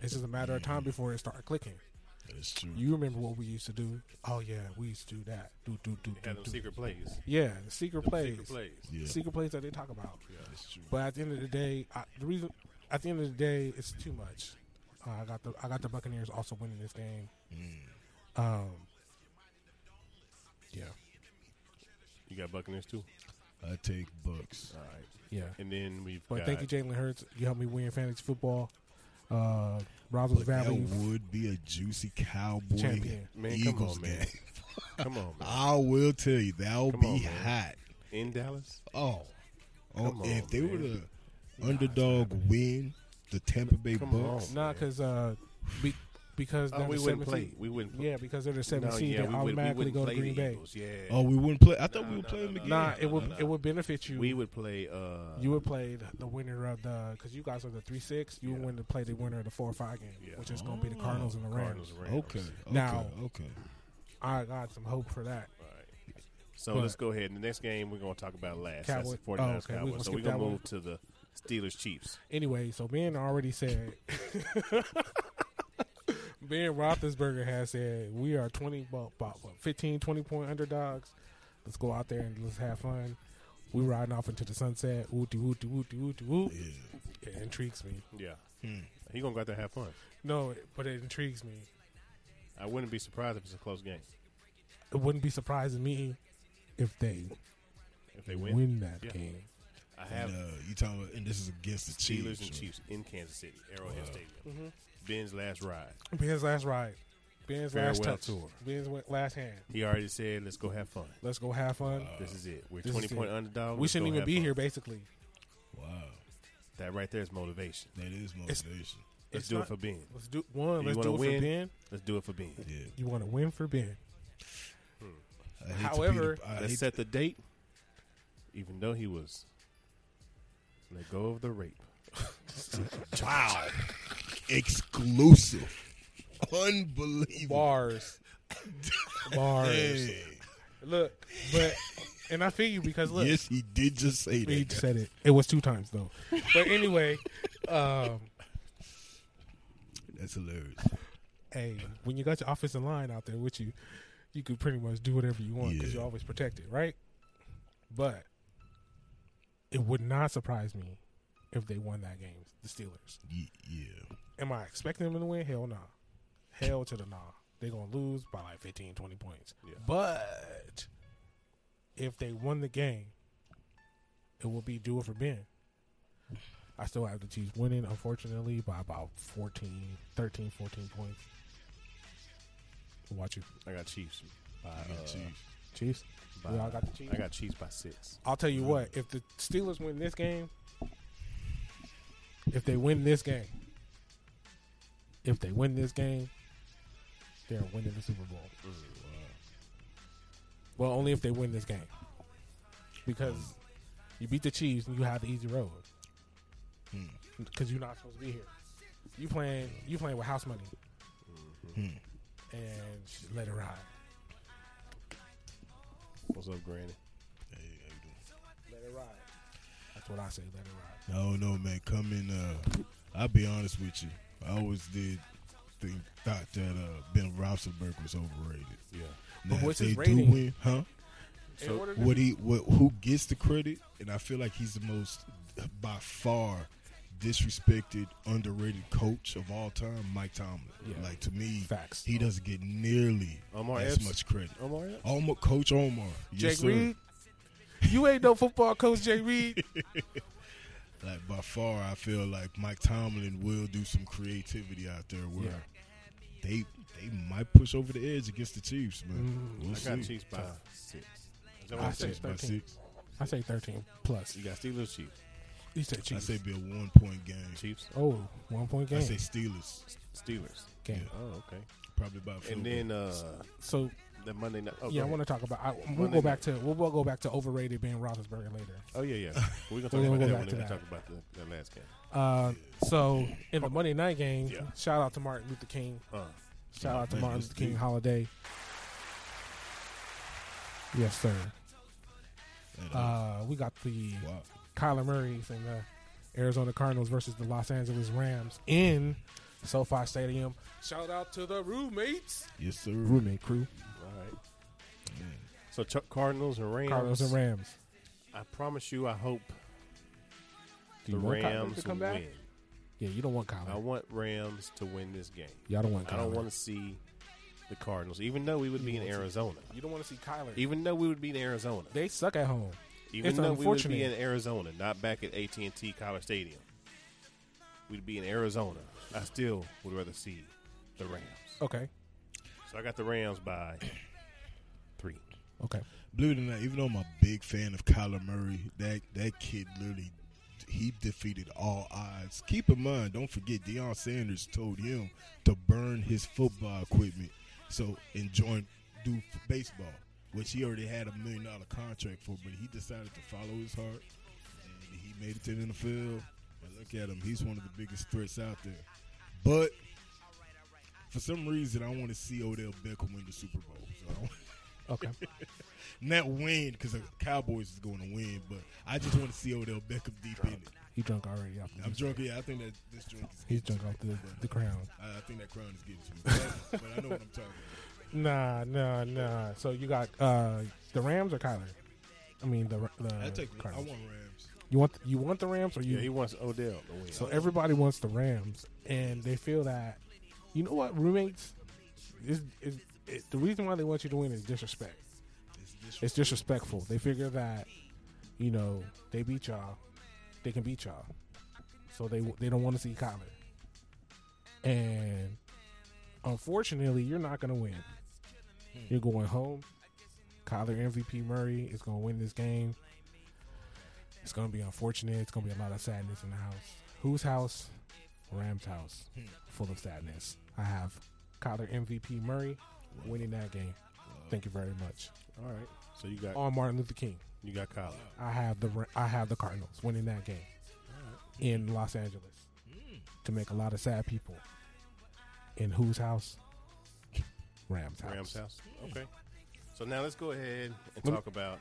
[SPEAKER 3] it's just a matter of time before it started clicking
[SPEAKER 4] That's true.
[SPEAKER 3] you remember what we used to do oh yeah we used to do that do do do
[SPEAKER 2] They
[SPEAKER 3] do,
[SPEAKER 2] had them
[SPEAKER 3] do.
[SPEAKER 2] secret plays.
[SPEAKER 3] yeah the secret plays
[SPEAKER 2] Secret plays.
[SPEAKER 4] yeah,
[SPEAKER 3] secret plays that they talk about
[SPEAKER 4] that's true.
[SPEAKER 3] But at the end of the day, I, the reason at the end of the day, it's too much. Uh, I got the I got the Buccaneers also winning this game.
[SPEAKER 4] Mm.
[SPEAKER 3] Um, yeah,
[SPEAKER 2] You got Buccaneers too?
[SPEAKER 4] I take Bucks.
[SPEAKER 2] All right.
[SPEAKER 3] yeah.
[SPEAKER 2] And then we've
[SPEAKER 3] But
[SPEAKER 2] got
[SPEAKER 3] thank you, Jalen Hurts. You helped me win fantasy football. Uh, Roswell's
[SPEAKER 4] But that
[SPEAKER 3] Valley
[SPEAKER 4] would be a juicy Cowboy
[SPEAKER 3] Champion.
[SPEAKER 2] Man, come
[SPEAKER 4] Eagles
[SPEAKER 2] on, man.
[SPEAKER 4] game.
[SPEAKER 2] Come on, man.
[SPEAKER 4] I will tell you that'll
[SPEAKER 2] Come
[SPEAKER 4] be
[SPEAKER 2] on, man.
[SPEAKER 4] hot.
[SPEAKER 2] In Dallas?
[SPEAKER 4] Oh, oh,
[SPEAKER 2] Come on,
[SPEAKER 4] if they were
[SPEAKER 2] man.
[SPEAKER 4] the underdog win, the Tampa Bay
[SPEAKER 2] Come
[SPEAKER 4] Bucks.
[SPEAKER 2] on.
[SPEAKER 3] nah, because uh, be, because
[SPEAKER 2] Oh,
[SPEAKER 3] they're
[SPEAKER 2] we
[SPEAKER 3] the
[SPEAKER 2] wouldn't
[SPEAKER 3] seventh
[SPEAKER 2] play.
[SPEAKER 3] seed.
[SPEAKER 2] We wouldn't play.
[SPEAKER 3] Yeah, because they're the seventh
[SPEAKER 2] No,
[SPEAKER 3] seed.
[SPEAKER 2] yeah,
[SPEAKER 3] they
[SPEAKER 2] we would- we
[SPEAKER 3] automatically
[SPEAKER 2] wouldn't
[SPEAKER 3] go to
[SPEAKER 2] play
[SPEAKER 3] Green
[SPEAKER 2] the
[SPEAKER 3] Bay.
[SPEAKER 2] Eagles, Yeah.
[SPEAKER 4] Oh, we wouldn't play. I thought
[SPEAKER 2] No,
[SPEAKER 4] we would
[SPEAKER 2] no,
[SPEAKER 4] play
[SPEAKER 2] no,
[SPEAKER 4] them
[SPEAKER 2] no,
[SPEAKER 4] again.
[SPEAKER 3] Nah,
[SPEAKER 2] no,
[SPEAKER 3] it would
[SPEAKER 2] no.
[SPEAKER 3] it would benefit you.
[SPEAKER 2] we would play. Uh,
[SPEAKER 3] You would play the- the winner of the because you guys are the three six. You would
[SPEAKER 2] Yeah.
[SPEAKER 3] win to play the winner of the four or five game,
[SPEAKER 2] Yeah. Mm.
[SPEAKER 3] which is going to be the Cardinals and the Rams.
[SPEAKER 2] Cardinals and Rams.
[SPEAKER 4] Okay. okay,
[SPEAKER 3] Now-
[SPEAKER 4] okay.
[SPEAKER 3] I got some hope for that.
[SPEAKER 2] All right. So
[SPEAKER 3] But-
[SPEAKER 2] let's go ahead. The next game we're going to talk about last. That's the
[SPEAKER 3] Cowboy-
[SPEAKER 2] 49ers
[SPEAKER 3] oh, okay. We
[SPEAKER 2] Cowboys.
[SPEAKER 3] gonna
[SPEAKER 2] so
[SPEAKER 3] skip
[SPEAKER 2] we're going to
[SPEAKER 3] that one?
[SPEAKER 2] move to the Steelers Chiefs.
[SPEAKER 3] Anyway, so Ben already said. *laughs* ben Roethlisberger has said we are 20, well, about, what, 15, 20 point underdogs. Let's go out there and let's have fun. We riding off into the sunset. Wooty wooty wooty wooty woo.
[SPEAKER 4] Yeah.
[SPEAKER 3] It intrigues me.
[SPEAKER 2] Yeah.
[SPEAKER 4] Hmm.
[SPEAKER 2] He going to go out there and have fun.
[SPEAKER 3] No, but it intrigues me.
[SPEAKER 2] I wouldn't be surprised if it's a close game.
[SPEAKER 3] It wouldn't be surprising me if they
[SPEAKER 2] if they win.
[SPEAKER 3] win that
[SPEAKER 2] Yeah.
[SPEAKER 3] game.
[SPEAKER 2] I
[SPEAKER 4] And,
[SPEAKER 2] have
[SPEAKER 4] uh, you talking about, and this is against the
[SPEAKER 2] Steelers
[SPEAKER 4] Chiefs.
[SPEAKER 2] and
[SPEAKER 4] right?
[SPEAKER 2] Chiefs in Kansas City, Arrowhead Stadium. Ben's last ride.
[SPEAKER 3] Ben's last ride. Ben's last
[SPEAKER 2] Farewell
[SPEAKER 3] touch.
[SPEAKER 2] tour.
[SPEAKER 3] Ben's wa- last hand.
[SPEAKER 2] He already said, "Let's go have fun."
[SPEAKER 3] Let's go have fun.
[SPEAKER 2] This is it. We're
[SPEAKER 3] This is
[SPEAKER 2] twenty point
[SPEAKER 3] it.
[SPEAKER 2] underdog.
[SPEAKER 3] we
[SPEAKER 2] Uh, Let's
[SPEAKER 3] shouldn't
[SPEAKER 2] go
[SPEAKER 3] even
[SPEAKER 2] have
[SPEAKER 3] be
[SPEAKER 2] fun.
[SPEAKER 3] here, basically.
[SPEAKER 4] Wow,
[SPEAKER 2] That right there is motivation.
[SPEAKER 4] that is motivation.
[SPEAKER 2] Let's
[SPEAKER 3] It's
[SPEAKER 2] do
[SPEAKER 3] not-
[SPEAKER 2] it for Ben.
[SPEAKER 3] Let's do one.
[SPEAKER 2] You
[SPEAKER 3] Let's
[SPEAKER 2] wanna
[SPEAKER 3] do it
[SPEAKER 2] win?
[SPEAKER 3] for Ben.
[SPEAKER 2] Let's do it for Ben.
[SPEAKER 4] Yeah.
[SPEAKER 3] You want to win for Ben?
[SPEAKER 4] I hate to be
[SPEAKER 3] However,
[SPEAKER 4] the- I
[SPEAKER 2] Let's
[SPEAKER 4] hate-
[SPEAKER 2] set the date, even though he was let go of the rape.
[SPEAKER 4] wow, *laughs* exclusive, unbelievable.
[SPEAKER 3] Bars, bars.
[SPEAKER 4] Hey.
[SPEAKER 3] Look, but and I feel you because look,
[SPEAKER 4] Yes, he did just say
[SPEAKER 3] he
[SPEAKER 4] that.
[SPEAKER 3] said it. It was two times though. But anyway, um,
[SPEAKER 4] That's hilarious.
[SPEAKER 3] hey, when you got your offensive line out there with you, you could pretty much do whatever you want because
[SPEAKER 4] Yeah.
[SPEAKER 3] you're always protected, right? But it would not surprise me if they won that game, the Steelers.
[SPEAKER 4] Ye- Yeah,
[SPEAKER 3] Am I expecting them to win? Hell no. Hell to the nah. They're going to lose by like 15, 20 points.
[SPEAKER 2] Yeah.
[SPEAKER 3] But if they won the game, it will be do it for Ben. I still have the Chiefs winning, unfortunately, by about 14, 13, 14 points. Watch you.
[SPEAKER 2] I got Chiefs. By, uh,
[SPEAKER 4] Good Chiefs.
[SPEAKER 3] Chiefs?
[SPEAKER 2] by,
[SPEAKER 3] We all got the Chiefs?
[SPEAKER 2] I got Chiefs by six.
[SPEAKER 3] I'll tell you what, if the Steelers win this game, if they win this game, if they win this game, they're winning the Super Bowl. Well, only if they win this game. Because you beat the Chiefs and you have the easy road. Because you're not supposed to be here. You playing you playing with house money. And let it ride.
[SPEAKER 2] What's up, Granny?
[SPEAKER 4] Hey, how you doing?
[SPEAKER 3] Let it ride. That's what I say, let it ride.
[SPEAKER 4] I don't know, man. Come in. Uh, I'll be honest with you. I always did think thought that uh, Ben Roethlisberger was overrated.
[SPEAKER 2] Yeah.
[SPEAKER 3] But
[SPEAKER 4] if
[SPEAKER 3] what's his
[SPEAKER 4] they do
[SPEAKER 3] rating?
[SPEAKER 4] win, huh?
[SPEAKER 3] In order to-
[SPEAKER 4] What he, what, who gets the credit? And I feel like he's the most, by far, disrespected, underrated coach of all time, Mike Tomlin.
[SPEAKER 3] Yeah.
[SPEAKER 4] Like to me,
[SPEAKER 3] Facts.
[SPEAKER 4] he doesn't get nearly
[SPEAKER 2] Omar
[SPEAKER 4] as
[SPEAKER 2] Epps?
[SPEAKER 4] much credit.
[SPEAKER 2] Omar Epps?
[SPEAKER 4] Omar, Coach Omar, yes,
[SPEAKER 3] Jake
[SPEAKER 4] sir.
[SPEAKER 3] Reed. You ain't no football coach, Jake Reed.
[SPEAKER 4] Like by far, I feel like Mike Tomlin will do some creativity out there where they they might push over the edge against the Chiefs, man.
[SPEAKER 3] Mm.
[SPEAKER 4] We'll
[SPEAKER 2] I got
[SPEAKER 4] see.
[SPEAKER 2] Chiefs by six. Is that what
[SPEAKER 3] I
[SPEAKER 2] I
[SPEAKER 4] Chiefs
[SPEAKER 2] said?
[SPEAKER 3] said
[SPEAKER 4] by
[SPEAKER 3] 13.
[SPEAKER 4] six.
[SPEAKER 3] *laughs* I say 13 plus.
[SPEAKER 2] You got Steelers, Chiefs.
[SPEAKER 3] You said
[SPEAKER 4] I
[SPEAKER 3] Chiefs.
[SPEAKER 4] say be a one point game.
[SPEAKER 2] Chiefs,
[SPEAKER 3] oh, one point game.
[SPEAKER 4] I say Steelers,
[SPEAKER 2] Steelers.
[SPEAKER 3] game.
[SPEAKER 4] yeah.
[SPEAKER 2] Oh, okay.
[SPEAKER 4] probably about.
[SPEAKER 2] And then uh,
[SPEAKER 3] So
[SPEAKER 2] the Monday night. Oh,
[SPEAKER 3] yeah, I
[SPEAKER 2] go
[SPEAKER 3] want
[SPEAKER 2] ahead.
[SPEAKER 3] to talk about. I, we'll
[SPEAKER 2] Monday
[SPEAKER 3] go back to we'll, we'll go back to overrated Ben Roethlisberger later.
[SPEAKER 2] Oh yeah,
[SPEAKER 3] *laughs*
[SPEAKER 2] yeah. We're gonna talk
[SPEAKER 3] We'll
[SPEAKER 2] about
[SPEAKER 3] go
[SPEAKER 2] that
[SPEAKER 3] back
[SPEAKER 2] when
[SPEAKER 3] to
[SPEAKER 2] we
[SPEAKER 3] that.
[SPEAKER 2] talk about the, the last game.
[SPEAKER 3] Uh, so in the Monday night game,
[SPEAKER 2] Yeah.
[SPEAKER 3] shout out to Martin Luther King.
[SPEAKER 2] Uh,
[SPEAKER 3] Shout out to
[SPEAKER 4] Man,
[SPEAKER 3] Martin
[SPEAKER 4] that's
[SPEAKER 3] Luther King
[SPEAKER 4] deep.
[SPEAKER 3] holiday. Yes, sir.
[SPEAKER 4] and, uh,
[SPEAKER 3] Uh, we got the
[SPEAKER 4] wow.
[SPEAKER 3] Kyler Murray's and the Arizona Cardinals versus the Los Angeles Rams in SoFi Stadium. Shout out to the roommates,
[SPEAKER 4] yes sir.
[SPEAKER 3] roommate crew,
[SPEAKER 2] all right.
[SPEAKER 4] Man.
[SPEAKER 2] So Chuck Cardinals and Rams.
[SPEAKER 3] Cardinals and Rams.
[SPEAKER 2] I promise you, I hope
[SPEAKER 3] Do
[SPEAKER 2] the
[SPEAKER 3] you want Kyler
[SPEAKER 2] Rams
[SPEAKER 3] to come back?
[SPEAKER 2] win.
[SPEAKER 3] Yeah, you don't want
[SPEAKER 2] I
[SPEAKER 3] Kyler.
[SPEAKER 2] want Rams to win this game.
[SPEAKER 3] Y'all don't want. Kyler.
[SPEAKER 2] I don't want to see the Cardinals, even though we would be in Arizona.
[SPEAKER 3] You don't want to see Kyler.
[SPEAKER 2] Even though we would be in Arizona.
[SPEAKER 3] they suck at home.
[SPEAKER 2] Even
[SPEAKER 3] it's
[SPEAKER 2] though we would be in
[SPEAKER 3] unfortunate.
[SPEAKER 2] Arizona, not back at AT and T College Stadium. We'd be in Arizona. I still would rather see the Rams.
[SPEAKER 3] Okay.
[SPEAKER 2] So I got the Rams by three.
[SPEAKER 3] Okay.
[SPEAKER 4] Believe it or not, even though I'm a big fan of Kyler Murray, that that kid literally he defeated all odds. Keep in mind, don't forget Deion Sanders told him to burn his football equipment so and join do f- baseball, which he already had a million dollar contract for, but he decided to follow his heart and he made it to the NFL. And look at him, he's one of the biggest threats out there. But for some reason, I want to see Odell Beckham win the Super Bowl. So I don't-
[SPEAKER 3] *laughs* Okay.
[SPEAKER 4] not win because the Cowboys is going to win, but I just want to see Odell Beckham deep in it.
[SPEAKER 3] He drunk already. Off the
[SPEAKER 4] I'm drunk. Yeah, I think that this drink is.
[SPEAKER 3] He's drunk off the, the crown.
[SPEAKER 4] I, I think that crown is getting to me, but, but I know what I'm talking about.
[SPEAKER 3] Nah, nah, nah. So you got uh, the Rams or Kyler? I mean the the *laughs*
[SPEAKER 4] I take. I
[SPEAKER 3] Cardinals.
[SPEAKER 4] want Rams.
[SPEAKER 3] you want you want the Rams or you
[SPEAKER 2] Yeah, he wants Odell to win.
[SPEAKER 3] So everybody wants the Rams, and they feel that you know what roommates is is it, the reason why they want you to win is disrespect.
[SPEAKER 4] It's this
[SPEAKER 3] It's disrespectful. They figure that you know, they beat y'all, they can beat y'all. So they they don't want to see Kyler. And unfortunately, you're not going to win. You're going home. Kyler MVP Murray is going to win this game. It's going to be unfortunate. It's going to be a lot of sadness in the house. Whose house? Rams house. Full of sadness. I have Kyler MVP Murray winning that game. Thank you very much.
[SPEAKER 2] All right. So you got
[SPEAKER 3] On Martin Luther King.
[SPEAKER 2] you got Kyler.
[SPEAKER 3] I have the Ra- I have the Cardinals winning that game in Los Angeles to make a lot of sad people. In whose house? Rams house.
[SPEAKER 2] Rams house. Okay. So now let's go ahead and
[SPEAKER 3] Let me-
[SPEAKER 2] talk about.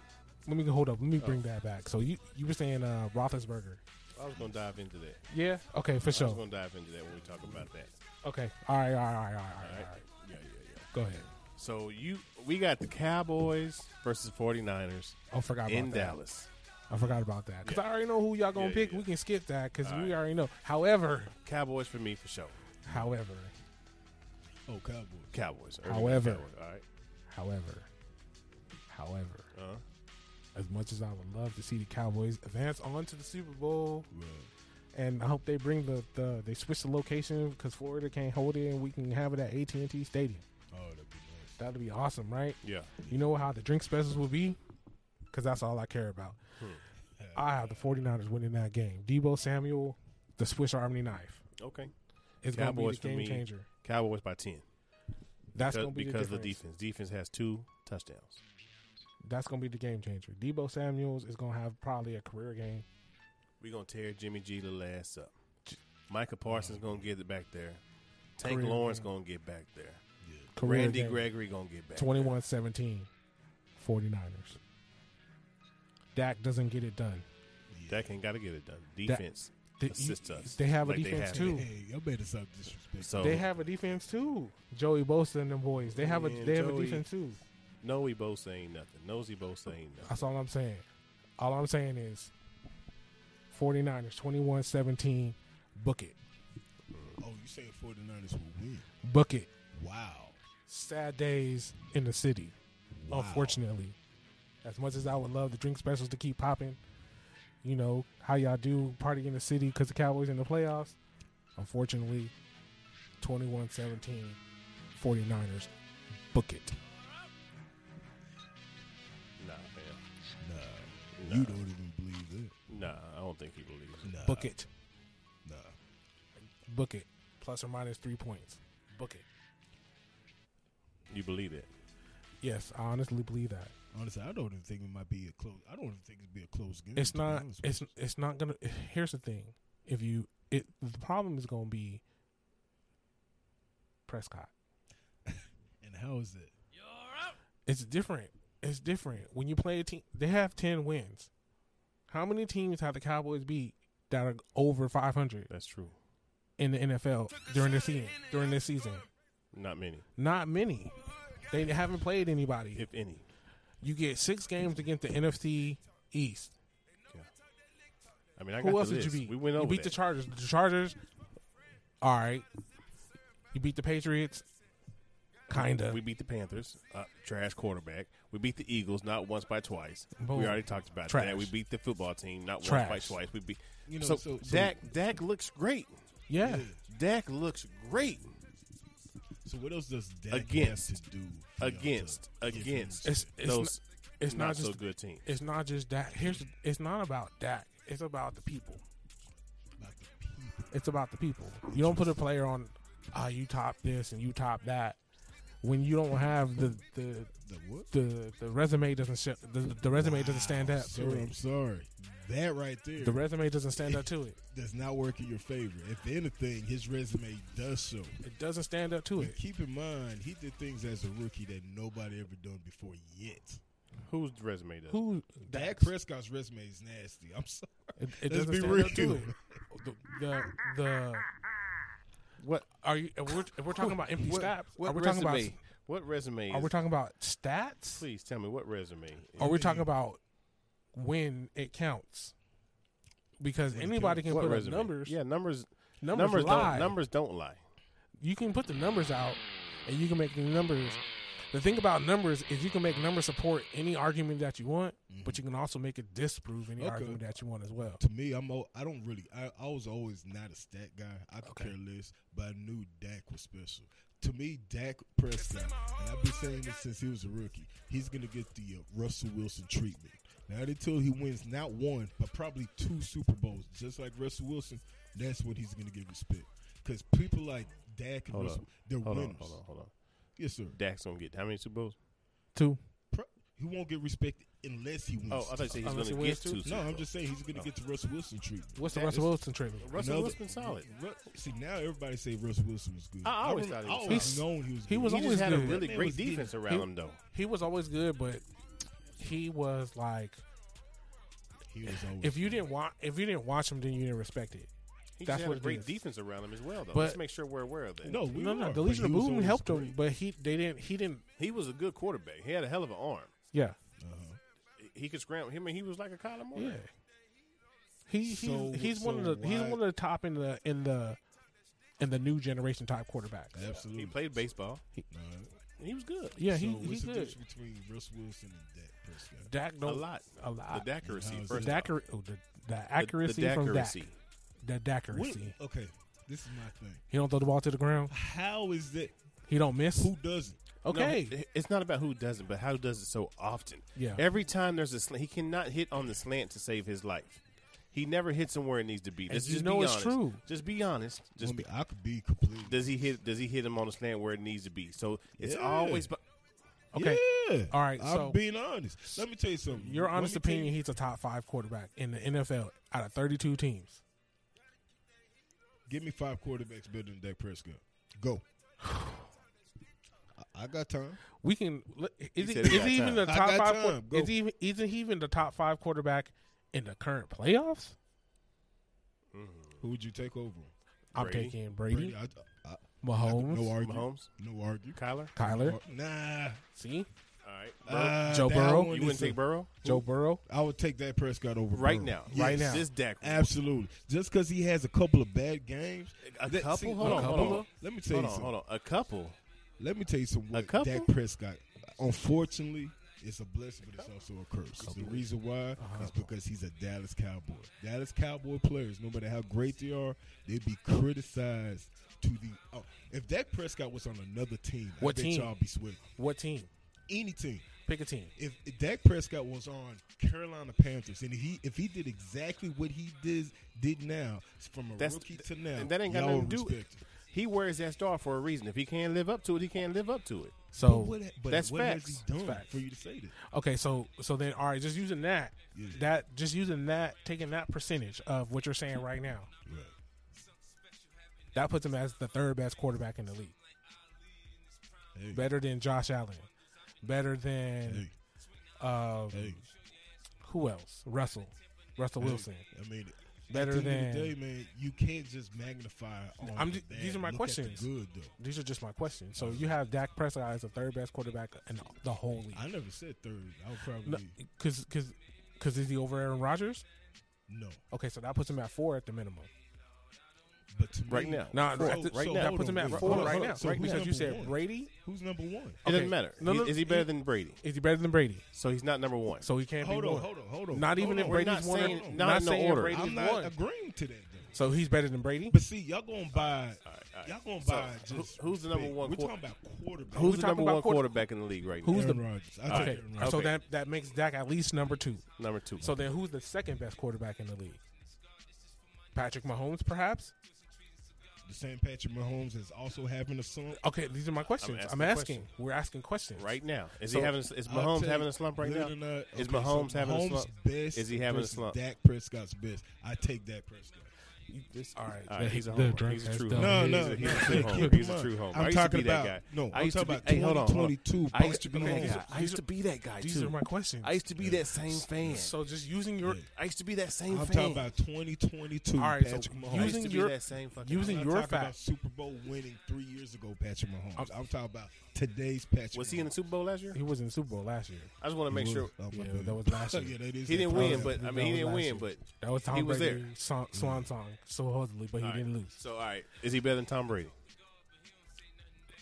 [SPEAKER 3] Let me go hold up. Let me
[SPEAKER 2] Oh.
[SPEAKER 3] bring that back. So you you were saying uh, Roethlisberger?
[SPEAKER 2] I was gonna dive into that.
[SPEAKER 3] Yeah. Okay, for
[SPEAKER 2] I was
[SPEAKER 3] sure.
[SPEAKER 2] gonna dive into that when we talk about that.
[SPEAKER 3] Okay. All right. All right. All right. All right. All right.
[SPEAKER 2] All right. Yeah, yeah, yeah.
[SPEAKER 3] Go ahead.
[SPEAKER 2] So you, we got the Cowboys versus 49ers
[SPEAKER 3] I forgot about
[SPEAKER 2] in
[SPEAKER 3] that.
[SPEAKER 2] Dallas.
[SPEAKER 3] I forgot about that because
[SPEAKER 2] Yeah.
[SPEAKER 3] I already know who y'all gonna
[SPEAKER 2] Yeah,
[SPEAKER 3] pick.
[SPEAKER 2] yeah,
[SPEAKER 3] We can skip that because
[SPEAKER 2] All
[SPEAKER 3] we
[SPEAKER 2] right.
[SPEAKER 3] already know. However,
[SPEAKER 2] Cowboys for me for sure.
[SPEAKER 3] however,
[SPEAKER 4] Oh, Cowboys.
[SPEAKER 2] Cowboys. Early
[SPEAKER 3] However.
[SPEAKER 2] Cowboys. all right.
[SPEAKER 3] however, however.
[SPEAKER 2] Uh-huh.
[SPEAKER 3] As much as I would love to see the Cowboys advance on to the Super Bowl,
[SPEAKER 4] Right.
[SPEAKER 3] and I hope they bring the, the they switch the location because Florida can't hold it, and we can have it at AT and T Stadium.
[SPEAKER 4] Oh, that'd be nice.
[SPEAKER 3] That'd be awesome, right?
[SPEAKER 2] Yeah.
[SPEAKER 3] You know how the drink specials will be? Because that's all I care about.
[SPEAKER 2] Hmm.
[SPEAKER 3] I have the 49ers winning that game. Debo Samuel, the Swiss Army knife.
[SPEAKER 2] Okay.
[SPEAKER 3] It's going to be
[SPEAKER 2] Cowboys
[SPEAKER 3] the
[SPEAKER 2] for
[SPEAKER 3] game
[SPEAKER 2] me.
[SPEAKER 3] changer.
[SPEAKER 2] Cowboys by ten because,
[SPEAKER 3] That's going to be
[SPEAKER 2] because
[SPEAKER 3] the,
[SPEAKER 2] the, defense. Defense has two touchdowns.
[SPEAKER 3] That's going to be the game changer. Debo Samuels is going to have probably a career game.
[SPEAKER 2] We're gonna tear Jimmy G little ass up. Micah Parsons gonna get it back there. Tank
[SPEAKER 3] Career
[SPEAKER 2] Lawrence
[SPEAKER 3] game.
[SPEAKER 2] gonna get back there.
[SPEAKER 3] Career
[SPEAKER 2] Randy
[SPEAKER 3] game.
[SPEAKER 2] Gregory gonna get back.
[SPEAKER 3] 21-17, 49ers. Dak doesn't get it done.
[SPEAKER 2] That ain't gotta get it done. Defense
[SPEAKER 3] They-
[SPEAKER 2] assists us.
[SPEAKER 3] e, They have a
[SPEAKER 2] like they have.
[SPEAKER 3] defense too.
[SPEAKER 4] Hey, y'all better stop disrespecting.
[SPEAKER 2] So
[SPEAKER 3] They have a defense too. Joey Bosa and them boys. They have a
[SPEAKER 2] Man,
[SPEAKER 3] they have a
[SPEAKER 2] Joey.
[SPEAKER 3] defense too.
[SPEAKER 2] no, we both saying nothing. Nosy both saying nothing.
[SPEAKER 3] That's all I'm saying. All I'm saying is 49ers 21-17 book it.
[SPEAKER 4] Oh, you saying 49ers will win?
[SPEAKER 3] Book it.
[SPEAKER 4] Wow.
[SPEAKER 3] Sad days in the city.
[SPEAKER 4] Wow.
[SPEAKER 3] Unfortunately. As much as I would love the drink specials to keep popping, you know, how y'all do party in the city cuz the Cowboys in the playoffs. Unfortunately, 21-17 49ers book it.
[SPEAKER 2] Nah,
[SPEAKER 4] Nah,
[SPEAKER 2] Nah.
[SPEAKER 4] you don't even believe it.
[SPEAKER 2] man. Nah, I don't think he believes it.
[SPEAKER 4] Nah,
[SPEAKER 3] Book it.
[SPEAKER 4] Nah.
[SPEAKER 3] Book it. Plus or minus 3 points. Book it.
[SPEAKER 2] You believe it?
[SPEAKER 3] Yes, I honestly believe that.
[SPEAKER 4] Honestly, I don't even think it might be a close. I don't even think it'd be a close game.
[SPEAKER 3] It's
[SPEAKER 4] to be
[SPEAKER 3] not.
[SPEAKER 4] honest with
[SPEAKER 3] It's it's not gonna. Here's the thing. If you it the problem is gonna be Prescott.
[SPEAKER 4] you. And how is it?
[SPEAKER 3] It's different. It's different when you play a team. They have ten wins. How many teams have the Cowboys beat that are over five hundred
[SPEAKER 2] That's true.
[SPEAKER 3] in the NFL during this season? During this season,
[SPEAKER 2] Not many,
[SPEAKER 3] not many. They haven't played anybody.
[SPEAKER 2] if any.
[SPEAKER 3] you get six games against the NFC East.
[SPEAKER 2] I mean, I got
[SPEAKER 3] Who else
[SPEAKER 2] the
[SPEAKER 3] did you
[SPEAKER 2] list.
[SPEAKER 3] beat?
[SPEAKER 2] We went over
[SPEAKER 3] You beat
[SPEAKER 2] that.
[SPEAKER 3] the Chargers. The Chargers. All right. You beat the Patriots. Kinda.
[SPEAKER 2] We beat the Panthers, uh, trash quarterback. We beat the Eagles, not once by twice.
[SPEAKER 3] Boom.
[SPEAKER 2] We already talked about
[SPEAKER 3] Trash.
[SPEAKER 2] that. We beat the football team, not
[SPEAKER 3] Trash.
[SPEAKER 2] once by twice. We beat.
[SPEAKER 4] You know,
[SPEAKER 2] so,
[SPEAKER 4] so- so-
[SPEAKER 2] Dak Dak looks great.
[SPEAKER 3] yeah.
[SPEAKER 2] Dak looks great
[SPEAKER 4] So what else does Dak
[SPEAKER 2] Against.
[SPEAKER 4] have to do for y'all to
[SPEAKER 2] against
[SPEAKER 4] give him
[SPEAKER 2] against
[SPEAKER 3] It's- it's
[SPEAKER 2] those
[SPEAKER 3] not- it's
[SPEAKER 2] not,
[SPEAKER 3] not
[SPEAKER 2] so
[SPEAKER 3] just-
[SPEAKER 2] good teams.
[SPEAKER 3] It's not just that. Here's. the- It's not about that. It's about the people.
[SPEAKER 4] about the people?
[SPEAKER 3] It's about the people. You don't put a player on. Ah, you top this and you top that. When you don't have the the
[SPEAKER 4] The what?
[SPEAKER 3] the, the resume doesn't sh- the, the resume
[SPEAKER 4] Wow,
[SPEAKER 3] doesn't stand up
[SPEAKER 4] Sir,
[SPEAKER 3] to
[SPEAKER 4] I'm
[SPEAKER 3] it.
[SPEAKER 4] sorry. That right there
[SPEAKER 3] The resume doesn't stand up to it.
[SPEAKER 4] does not work in your favor. If anything, his resume does so.
[SPEAKER 3] It doesn't stand up to
[SPEAKER 4] But
[SPEAKER 3] it.
[SPEAKER 4] keep in mind, he did things as a rookie that nobody ever done before yet.
[SPEAKER 2] Whose resume does?
[SPEAKER 3] Who
[SPEAKER 4] Dak
[SPEAKER 3] Dax.
[SPEAKER 4] Prescott's resume is nasty. I'm sorry.
[SPEAKER 3] It, it
[SPEAKER 4] Let's
[SPEAKER 3] doesn't
[SPEAKER 4] be
[SPEAKER 3] stand up to
[SPEAKER 4] real.
[SPEAKER 3] it. The, the the what are you? If we're, if we're talking about empty
[SPEAKER 2] What,
[SPEAKER 3] stats,
[SPEAKER 2] what
[SPEAKER 3] are we
[SPEAKER 2] resume?
[SPEAKER 3] talking about?
[SPEAKER 2] what resume?
[SPEAKER 3] Are
[SPEAKER 2] is-
[SPEAKER 3] we talking about stats?
[SPEAKER 2] please tell me what resume. is-
[SPEAKER 3] Are we talking about when it counts? Because anybody can
[SPEAKER 2] what
[SPEAKER 3] put
[SPEAKER 2] resume?
[SPEAKER 3] up numbers.
[SPEAKER 2] Yeah, numbers.
[SPEAKER 3] Numbers lie.
[SPEAKER 2] don't. Numbers don't lie.
[SPEAKER 3] You can put the numbers out, and you can make the numbers The thing about numbers is you can make numbers support any argument that you want, but you can also make it disprove any
[SPEAKER 4] Mm-hmm. Okay.
[SPEAKER 3] argument that you want as well.
[SPEAKER 4] To me, I'm al- I don't really I, I was always not a stat guy. I could
[SPEAKER 3] Okay.
[SPEAKER 4] care less, but I knew Dak was special. To me, Dak Prescott, and I've been saying this since he was a rookie, he's gonna get the uh, Russell Wilson treatment. Not until he wins not one, but probably two Super Bowls, just like Russell Wilson. That's when he's gonna get respect. Because people like Dak and
[SPEAKER 2] Hold
[SPEAKER 4] Russell,
[SPEAKER 2] up.
[SPEAKER 4] they're
[SPEAKER 2] Hold
[SPEAKER 4] winners.
[SPEAKER 2] on, hold on, hold on.
[SPEAKER 4] Yes, sir.
[SPEAKER 2] Dak's gonna get how many Super Bowls?
[SPEAKER 3] Two.
[SPEAKER 4] Pro- he won't get respected unless he wins.
[SPEAKER 2] Oh, I thought you said he's
[SPEAKER 3] Unless he
[SPEAKER 2] gonna get
[SPEAKER 3] wins
[SPEAKER 2] two.
[SPEAKER 3] two?
[SPEAKER 2] Super
[SPEAKER 4] no, I'm
[SPEAKER 2] Bowls.
[SPEAKER 4] just saying he's gonna
[SPEAKER 2] Oh.
[SPEAKER 4] get the Russell Wilson treatment.
[SPEAKER 3] What's the
[SPEAKER 4] That
[SPEAKER 3] Russell
[SPEAKER 4] is-
[SPEAKER 3] Wilson treatment?
[SPEAKER 2] Russell
[SPEAKER 4] Another-
[SPEAKER 2] Wilson's solid.
[SPEAKER 4] Ru- See now everybody say Russell Wilson was good.
[SPEAKER 2] I always
[SPEAKER 4] rem-
[SPEAKER 2] thought he
[SPEAKER 4] I
[SPEAKER 2] was
[SPEAKER 4] always
[SPEAKER 3] solid.
[SPEAKER 4] known he was.
[SPEAKER 3] He
[SPEAKER 4] good.
[SPEAKER 3] was
[SPEAKER 2] He
[SPEAKER 3] always
[SPEAKER 2] just had a
[SPEAKER 3] good.
[SPEAKER 2] really
[SPEAKER 4] That man
[SPEAKER 2] great
[SPEAKER 4] was getting-
[SPEAKER 2] defense around him, though.
[SPEAKER 3] He was always good, but he was like
[SPEAKER 4] He was always.
[SPEAKER 3] if you didn't watch if you didn't watch him, then you didn't respect it.
[SPEAKER 2] He
[SPEAKER 3] That's
[SPEAKER 2] just had
[SPEAKER 3] what
[SPEAKER 2] a
[SPEAKER 3] it
[SPEAKER 2] great
[SPEAKER 3] is.
[SPEAKER 2] defense around him as well, though.
[SPEAKER 3] But-
[SPEAKER 2] Let's make sure we're aware of that.
[SPEAKER 4] no, we
[SPEAKER 3] no, no,
[SPEAKER 4] are,
[SPEAKER 3] deletion of
[SPEAKER 4] but he was
[SPEAKER 3] boom
[SPEAKER 4] always
[SPEAKER 3] helped him,
[SPEAKER 4] great.
[SPEAKER 3] but he they didn't he didn't
[SPEAKER 2] he was a good quarterback. He had a hell of an arm.
[SPEAKER 3] yeah
[SPEAKER 2] He could scramble. I mean, he was like a Kyler Murray.
[SPEAKER 3] yeah. He he's,
[SPEAKER 4] So-
[SPEAKER 3] he's one of
[SPEAKER 4] so
[SPEAKER 3] the he's
[SPEAKER 4] why-
[SPEAKER 3] one of the top in the in the in the new generation type quarterbacks.
[SPEAKER 4] Absolutely.
[SPEAKER 2] He played baseball.
[SPEAKER 4] Alright.
[SPEAKER 2] and He was good.
[SPEAKER 3] uh, Yeah,
[SPEAKER 4] so
[SPEAKER 3] he
[SPEAKER 4] what's
[SPEAKER 3] he's
[SPEAKER 4] the
[SPEAKER 3] good.
[SPEAKER 4] difference between Russell Wilson and Dak Prescott?
[SPEAKER 3] Dak
[SPEAKER 2] A
[SPEAKER 3] don't
[SPEAKER 2] lot.
[SPEAKER 3] a lot.
[SPEAKER 2] The accuracy.
[SPEAKER 4] How's
[SPEAKER 2] First
[SPEAKER 4] it?
[SPEAKER 2] off.
[SPEAKER 3] Dacker, oh, the, the
[SPEAKER 2] The-
[SPEAKER 3] accuracy
[SPEAKER 2] the
[SPEAKER 3] from Dak.
[SPEAKER 2] accuracy.
[SPEAKER 3] The
[SPEAKER 4] What-
[SPEAKER 3] Dackeracy.
[SPEAKER 4] okay, this is my thing.
[SPEAKER 3] He don't throw the ball to the ground.
[SPEAKER 4] How is that?
[SPEAKER 3] He don't miss.
[SPEAKER 4] Who doesn't?
[SPEAKER 3] Okay.
[SPEAKER 2] No, it's not about who doesn't, but how does it so often.
[SPEAKER 3] Yeah.
[SPEAKER 2] Every time there's a slant, he cannot hit on the slant to save his life. He never hits him where it needs to be. Let's
[SPEAKER 3] you
[SPEAKER 2] just
[SPEAKER 3] know
[SPEAKER 2] be
[SPEAKER 3] it's
[SPEAKER 2] honest.
[SPEAKER 3] true.
[SPEAKER 2] Just be honest. Just
[SPEAKER 4] I mean, I could be completely.
[SPEAKER 2] does he hit? Does he hit him on the slant where it needs to be? So it's
[SPEAKER 4] Yeah.
[SPEAKER 2] always. bu-
[SPEAKER 3] okay.
[SPEAKER 4] Yeah.
[SPEAKER 3] All right,
[SPEAKER 4] I'm
[SPEAKER 3] so-
[SPEAKER 4] being honest. Let me tell you something.
[SPEAKER 3] Your
[SPEAKER 4] Let me
[SPEAKER 3] honest
[SPEAKER 4] tell you-
[SPEAKER 3] opinion, he's a top five quarterback in the NFL out of 32 teams.
[SPEAKER 4] Give me five quarterbacks better than Dak Prescott.
[SPEAKER 3] *sighs*
[SPEAKER 4] Go. I, I got time.
[SPEAKER 3] We can. let- Is he,
[SPEAKER 2] said he
[SPEAKER 3] is he
[SPEAKER 2] got
[SPEAKER 3] even the
[SPEAKER 4] time. I
[SPEAKER 3] top
[SPEAKER 4] got
[SPEAKER 3] five?
[SPEAKER 4] time.
[SPEAKER 3] quar-
[SPEAKER 4] Go.
[SPEAKER 3] Is he even, isn't he even the top five quarterback in the current playoffs?
[SPEAKER 4] Who would you take over?
[SPEAKER 3] I'm
[SPEAKER 2] Brady.
[SPEAKER 3] taking Brady,
[SPEAKER 4] I, I,
[SPEAKER 3] Mahomes,
[SPEAKER 4] no argue.
[SPEAKER 2] Mahomes,
[SPEAKER 4] No argue.
[SPEAKER 2] Kyler.
[SPEAKER 3] Kyler.
[SPEAKER 4] Nah.
[SPEAKER 3] See,
[SPEAKER 2] All right. Burrow.
[SPEAKER 4] Uh,
[SPEAKER 3] Joe
[SPEAKER 4] that
[SPEAKER 3] Burrow?
[SPEAKER 4] one
[SPEAKER 2] you
[SPEAKER 4] is
[SPEAKER 2] wouldn't
[SPEAKER 4] a-
[SPEAKER 2] take Burrow
[SPEAKER 3] Joe Burrow.
[SPEAKER 4] I would take that Prescott over
[SPEAKER 2] right
[SPEAKER 4] Burrow.
[SPEAKER 2] now.
[SPEAKER 4] Yes.
[SPEAKER 2] Right
[SPEAKER 3] now.
[SPEAKER 2] This Dak.
[SPEAKER 4] Absolutely. Just because he has a couple of bad games.
[SPEAKER 2] A
[SPEAKER 4] that-
[SPEAKER 2] couple?
[SPEAKER 4] see,
[SPEAKER 2] hold
[SPEAKER 4] a
[SPEAKER 2] on. Hold
[SPEAKER 4] couple-
[SPEAKER 2] on.
[SPEAKER 4] Let me tell
[SPEAKER 2] hold
[SPEAKER 4] you
[SPEAKER 2] on,
[SPEAKER 4] something.
[SPEAKER 2] Hold on. A couple.
[SPEAKER 4] Let me tell you some. What
[SPEAKER 2] couple?
[SPEAKER 4] Dak Prescott, unfortunately, it's a blessing, but it's also a curse. The reason why
[SPEAKER 3] Uh-huh.
[SPEAKER 4] is because he's a Dallas Cowboy. Dallas Cowboy players, no matter how great they are, they be criticized to the. Oh, if Dak Prescott was on another team,
[SPEAKER 3] What
[SPEAKER 4] I bet
[SPEAKER 3] team?
[SPEAKER 4] y'all be sweating.
[SPEAKER 3] What team?
[SPEAKER 4] Any team.
[SPEAKER 3] Pick a team.
[SPEAKER 4] If if Dak Prescott was on Carolina Panthers, and he if he did exactly what he did did now from a
[SPEAKER 2] That's
[SPEAKER 4] rookie to now,
[SPEAKER 2] and that ain't got
[SPEAKER 4] y'all
[SPEAKER 2] nothing
[SPEAKER 4] would
[SPEAKER 2] to do.
[SPEAKER 4] respect him.
[SPEAKER 2] He wears that star for a reason. If he can't live up to it, he can't live up to it.
[SPEAKER 4] But
[SPEAKER 3] So
[SPEAKER 4] what, but
[SPEAKER 2] That's
[SPEAKER 4] what
[SPEAKER 2] facts.
[SPEAKER 4] has he done
[SPEAKER 3] That's facts.
[SPEAKER 4] for you to say that?
[SPEAKER 3] Okay, so so then all right, just using that,
[SPEAKER 4] Yeah.
[SPEAKER 3] that just using that, taking that percentage of what you're saying right now,
[SPEAKER 4] Right.
[SPEAKER 3] that puts him as the third best quarterback in the league.
[SPEAKER 4] Hey.
[SPEAKER 3] Better than Josh Allen, better than
[SPEAKER 4] Hey,
[SPEAKER 3] um,
[SPEAKER 4] hey,
[SPEAKER 3] who else? Russell, Russell Wilson.
[SPEAKER 4] I mean, at
[SPEAKER 3] Better
[SPEAKER 4] the end of the
[SPEAKER 3] than-
[SPEAKER 4] day, man. You can't just magnify. All
[SPEAKER 3] I'm
[SPEAKER 4] the
[SPEAKER 3] ju-
[SPEAKER 4] bad.
[SPEAKER 3] these are my
[SPEAKER 4] Look at the
[SPEAKER 3] questions.
[SPEAKER 4] good though.
[SPEAKER 3] These are just my questions. So you have Dak Prescott as the third best quarterback in the whole
[SPEAKER 4] I
[SPEAKER 3] league,
[SPEAKER 4] never said third. I would probably
[SPEAKER 3] No,
[SPEAKER 4] no.
[SPEAKER 3] because because because is he over Aaron Rodgers? Okay, so that puts him at four at the minimum.
[SPEAKER 4] But to
[SPEAKER 2] Right
[SPEAKER 4] me,
[SPEAKER 2] now.
[SPEAKER 3] No,
[SPEAKER 4] So-
[SPEAKER 3] at the-
[SPEAKER 4] right
[SPEAKER 3] that
[SPEAKER 4] now.
[SPEAKER 3] puts him at
[SPEAKER 4] Hold on,
[SPEAKER 3] four
[SPEAKER 4] wait.
[SPEAKER 3] right
[SPEAKER 4] Hold on.
[SPEAKER 3] now,
[SPEAKER 4] So
[SPEAKER 3] right?
[SPEAKER 4] who's
[SPEAKER 3] Because you said
[SPEAKER 4] number one?
[SPEAKER 3] Brady.
[SPEAKER 4] who's number one?
[SPEAKER 2] It
[SPEAKER 3] Okay.
[SPEAKER 2] doesn't matter.
[SPEAKER 3] No,
[SPEAKER 2] He-
[SPEAKER 3] no,
[SPEAKER 2] is he better than Brady?
[SPEAKER 3] Is he better than Brady?
[SPEAKER 2] So he's not number one.
[SPEAKER 3] So he can't
[SPEAKER 4] Hold
[SPEAKER 3] be
[SPEAKER 4] on,
[SPEAKER 3] one.
[SPEAKER 4] hold on, hold on.
[SPEAKER 3] Not even
[SPEAKER 4] hold
[SPEAKER 3] if
[SPEAKER 4] on.
[SPEAKER 2] Brady-
[SPEAKER 3] Brady's
[SPEAKER 2] not
[SPEAKER 3] one.
[SPEAKER 2] saying-
[SPEAKER 3] or,
[SPEAKER 2] not in the
[SPEAKER 3] saying
[SPEAKER 2] order.
[SPEAKER 3] Brady's
[SPEAKER 4] I'm not
[SPEAKER 3] one.
[SPEAKER 4] agreeing to that though.
[SPEAKER 3] So he's better than Brady.
[SPEAKER 4] But see, y'all going by
[SPEAKER 2] right.
[SPEAKER 4] y'all going
[SPEAKER 2] So,
[SPEAKER 4] by
[SPEAKER 2] who-
[SPEAKER 4] just
[SPEAKER 2] who's the number
[SPEAKER 4] respect.
[SPEAKER 2] one
[SPEAKER 4] We're
[SPEAKER 2] quar-
[SPEAKER 4] talking about quarterback.
[SPEAKER 2] Who's
[SPEAKER 3] we
[SPEAKER 2] the
[SPEAKER 3] talking
[SPEAKER 2] number
[SPEAKER 3] about
[SPEAKER 2] one
[SPEAKER 3] quarter-
[SPEAKER 2] quarterback in the league right now?
[SPEAKER 3] Who's
[SPEAKER 4] Aaron
[SPEAKER 3] the-
[SPEAKER 4] Rodgers? I
[SPEAKER 2] All
[SPEAKER 4] take
[SPEAKER 3] Okay,
[SPEAKER 4] Aaron Rodgers.
[SPEAKER 3] so
[SPEAKER 2] Okay.
[SPEAKER 3] that that makes Dak at least number two.
[SPEAKER 2] Number two.
[SPEAKER 3] So then, who's the second best quarterback in the league? Patrick Mahomes, perhaps.
[SPEAKER 4] The same Patrick Mahomes is also having a son.
[SPEAKER 3] Okay, these are my questions. I'm,
[SPEAKER 2] asking a
[SPEAKER 3] asking. We're asking questions
[SPEAKER 2] right now, is
[SPEAKER 3] So-
[SPEAKER 2] he having? A, is
[SPEAKER 4] I'll
[SPEAKER 2] Mahomes
[SPEAKER 4] take
[SPEAKER 2] having a slump right now?
[SPEAKER 4] Leonard- okay,
[SPEAKER 2] is
[SPEAKER 4] so
[SPEAKER 2] Mahomes having a
[SPEAKER 4] Mahomes'
[SPEAKER 2] slump?
[SPEAKER 4] Best
[SPEAKER 2] Is he having a
[SPEAKER 4] versus
[SPEAKER 2] slump?
[SPEAKER 4] Dak Prescott's best. I take Dak Prescott.
[SPEAKER 3] All right.
[SPEAKER 2] All right, Uh, he's a
[SPEAKER 5] The
[SPEAKER 2] homer.
[SPEAKER 5] drunk
[SPEAKER 2] He's a
[SPEAKER 5] ass
[SPEAKER 2] true
[SPEAKER 5] dumb
[SPEAKER 2] homer.
[SPEAKER 4] No,
[SPEAKER 2] he's
[SPEAKER 4] no,
[SPEAKER 2] a,
[SPEAKER 4] no.
[SPEAKER 2] he's a true homer. He's a true homer.
[SPEAKER 4] I'm
[SPEAKER 2] I used
[SPEAKER 4] talking
[SPEAKER 2] to be that
[SPEAKER 4] about-
[SPEAKER 2] guy.
[SPEAKER 4] no,
[SPEAKER 2] I
[SPEAKER 4] I'm
[SPEAKER 2] used
[SPEAKER 4] talking
[SPEAKER 2] to
[SPEAKER 4] about
[SPEAKER 2] be. Hey, hold on, hold on.
[SPEAKER 4] 2022
[SPEAKER 2] I used to be
[SPEAKER 4] Patrick
[SPEAKER 2] that
[SPEAKER 4] Mahomes.
[SPEAKER 2] guy. I used to be that guy
[SPEAKER 3] These
[SPEAKER 2] too.
[SPEAKER 3] are my questions.
[SPEAKER 2] I used to be that same fan.
[SPEAKER 3] so just using your
[SPEAKER 2] I used to be that same
[SPEAKER 4] I'm
[SPEAKER 2] fan.
[SPEAKER 4] talking about 2022
[SPEAKER 3] All right, so
[SPEAKER 4] Patrick Mahomes.
[SPEAKER 2] I used
[SPEAKER 3] using
[SPEAKER 2] to be
[SPEAKER 3] your-
[SPEAKER 2] that same fucking.
[SPEAKER 3] using
[SPEAKER 4] I'm not
[SPEAKER 3] your
[SPEAKER 4] talking about
[SPEAKER 3] facts.
[SPEAKER 4] Super Bowl winning three years ago, Patrick Mahomes. I'm, talking about today's Patrick.
[SPEAKER 2] Was he in the
[SPEAKER 4] Mahomes.
[SPEAKER 2] Super Bowl last year?
[SPEAKER 3] he was in the Super Bowl last year.
[SPEAKER 2] I just want to make
[SPEAKER 4] He
[SPEAKER 2] sure
[SPEAKER 4] was. Oh, my
[SPEAKER 3] *laughs* Yeah,
[SPEAKER 4] bad.
[SPEAKER 3] that was last year.
[SPEAKER 4] yeah, that is
[SPEAKER 2] he didn't
[SPEAKER 4] that
[SPEAKER 2] win.
[SPEAKER 4] time.
[SPEAKER 2] But I
[SPEAKER 3] That
[SPEAKER 2] mean, he
[SPEAKER 3] was
[SPEAKER 2] didn't
[SPEAKER 3] last
[SPEAKER 2] win.
[SPEAKER 3] year.
[SPEAKER 2] But
[SPEAKER 3] That was Tom
[SPEAKER 2] He was
[SPEAKER 3] Brady swan, swan song supposedly, but he
[SPEAKER 2] All right.
[SPEAKER 3] didn't lose.
[SPEAKER 2] So all right, is he better than Tom Brady?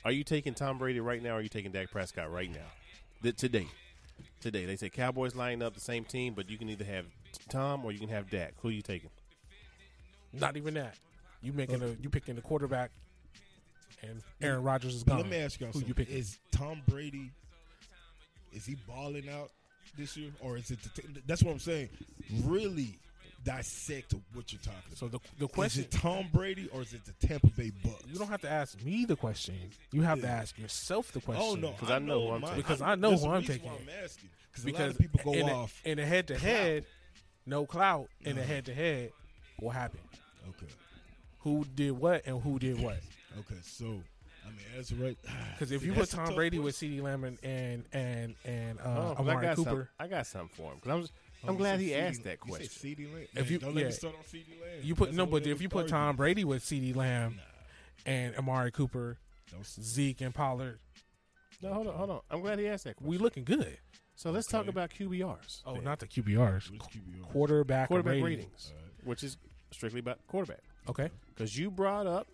[SPEAKER 2] Are you taking Tom Brady right now? or Are you taking Dak Prescott right now? Th- today, today they say Cowboys lining up the same team, but you can either have Tom or you can have Dak. Who you taking?
[SPEAKER 3] Not even that. You making a you picking the quarterback, and Aaron Rodgers is
[SPEAKER 4] But
[SPEAKER 3] gone.
[SPEAKER 4] let me ask y'all
[SPEAKER 3] who
[SPEAKER 4] something.
[SPEAKER 3] you picking.
[SPEAKER 4] Is Tom Brady is he balling out this year, or is it? The t- that's what I'm saying. Really dissect what you're talking about.
[SPEAKER 3] so the the question
[SPEAKER 4] is it Tom Brady or is it the Tampa Bay Bucks?
[SPEAKER 3] you don't have to ask me the question. You have to
[SPEAKER 4] Yeah.
[SPEAKER 3] ask yourself the question.
[SPEAKER 4] Oh no,
[SPEAKER 2] 'Cause I know who I'm
[SPEAKER 4] mine.
[SPEAKER 2] taking.
[SPEAKER 3] Because I know
[SPEAKER 4] that's
[SPEAKER 3] who
[SPEAKER 4] the
[SPEAKER 3] I'm
[SPEAKER 4] reason
[SPEAKER 3] taking.
[SPEAKER 4] why I'm asking because a
[SPEAKER 3] because
[SPEAKER 4] lot of people go
[SPEAKER 3] in
[SPEAKER 4] off.
[SPEAKER 3] a, in a head to head, no clout. In a head to head, what happened?
[SPEAKER 4] okay,
[SPEAKER 3] Who did what and who did what?
[SPEAKER 4] okay. So I mean, that's right. *sighs*
[SPEAKER 3] Because if
[SPEAKER 4] See,
[SPEAKER 3] you put
[SPEAKER 4] that's a
[SPEAKER 3] Tom
[SPEAKER 4] tough
[SPEAKER 3] Brady
[SPEAKER 4] one.
[SPEAKER 3] with Ceedee Lamb and and and, and uh,
[SPEAKER 2] Oh, 'cause I
[SPEAKER 3] Amari
[SPEAKER 2] got
[SPEAKER 3] Cooper,
[SPEAKER 2] Some, I got something for him 'cause I'm just,
[SPEAKER 4] Oh,
[SPEAKER 2] I'm
[SPEAKER 4] you
[SPEAKER 2] glad
[SPEAKER 4] said
[SPEAKER 2] he
[SPEAKER 4] CD
[SPEAKER 2] asked that
[SPEAKER 4] You said
[SPEAKER 2] question.
[SPEAKER 4] CD Lamb.
[SPEAKER 3] If
[SPEAKER 4] Man,
[SPEAKER 3] you-
[SPEAKER 4] don't let
[SPEAKER 3] yeah.
[SPEAKER 4] me start on CD Lamb.
[SPEAKER 3] you put
[SPEAKER 4] That's
[SPEAKER 3] no,
[SPEAKER 4] the
[SPEAKER 3] but
[SPEAKER 4] one
[SPEAKER 3] if
[SPEAKER 4] that
[SPEAKER 3] you
[SPEAKER 4] was
[SPEAKER 3] put Tom Brady with Ceedee Lamb and Amari Cooper,
[SPEAKER 4] thirty. Don't s-
[SPEAKER 3] Zeke and Pollard,
[SPEAKER 2] No, hold on, hold on. I'm glad he asked that question.
[SPEAKER 3] we looking good.
[SPEAKER 2] so let's talk
[SPEAKER 4] Okay.
[SPEAKER 2] about QBRs,
[SPEAKER 3] Oh, not the QBRs,
[SPEAKER 4] Let's keep it on.
[SPEAKER 3] quarterback
[SPEAKER 2] quarterback
[SPEAKER 3] rating.
[SPEAKER 2] ratings, which is strictly about quarterback.
[SPEAKER 3] Okay,
[SPEAKER 2] Because you brought up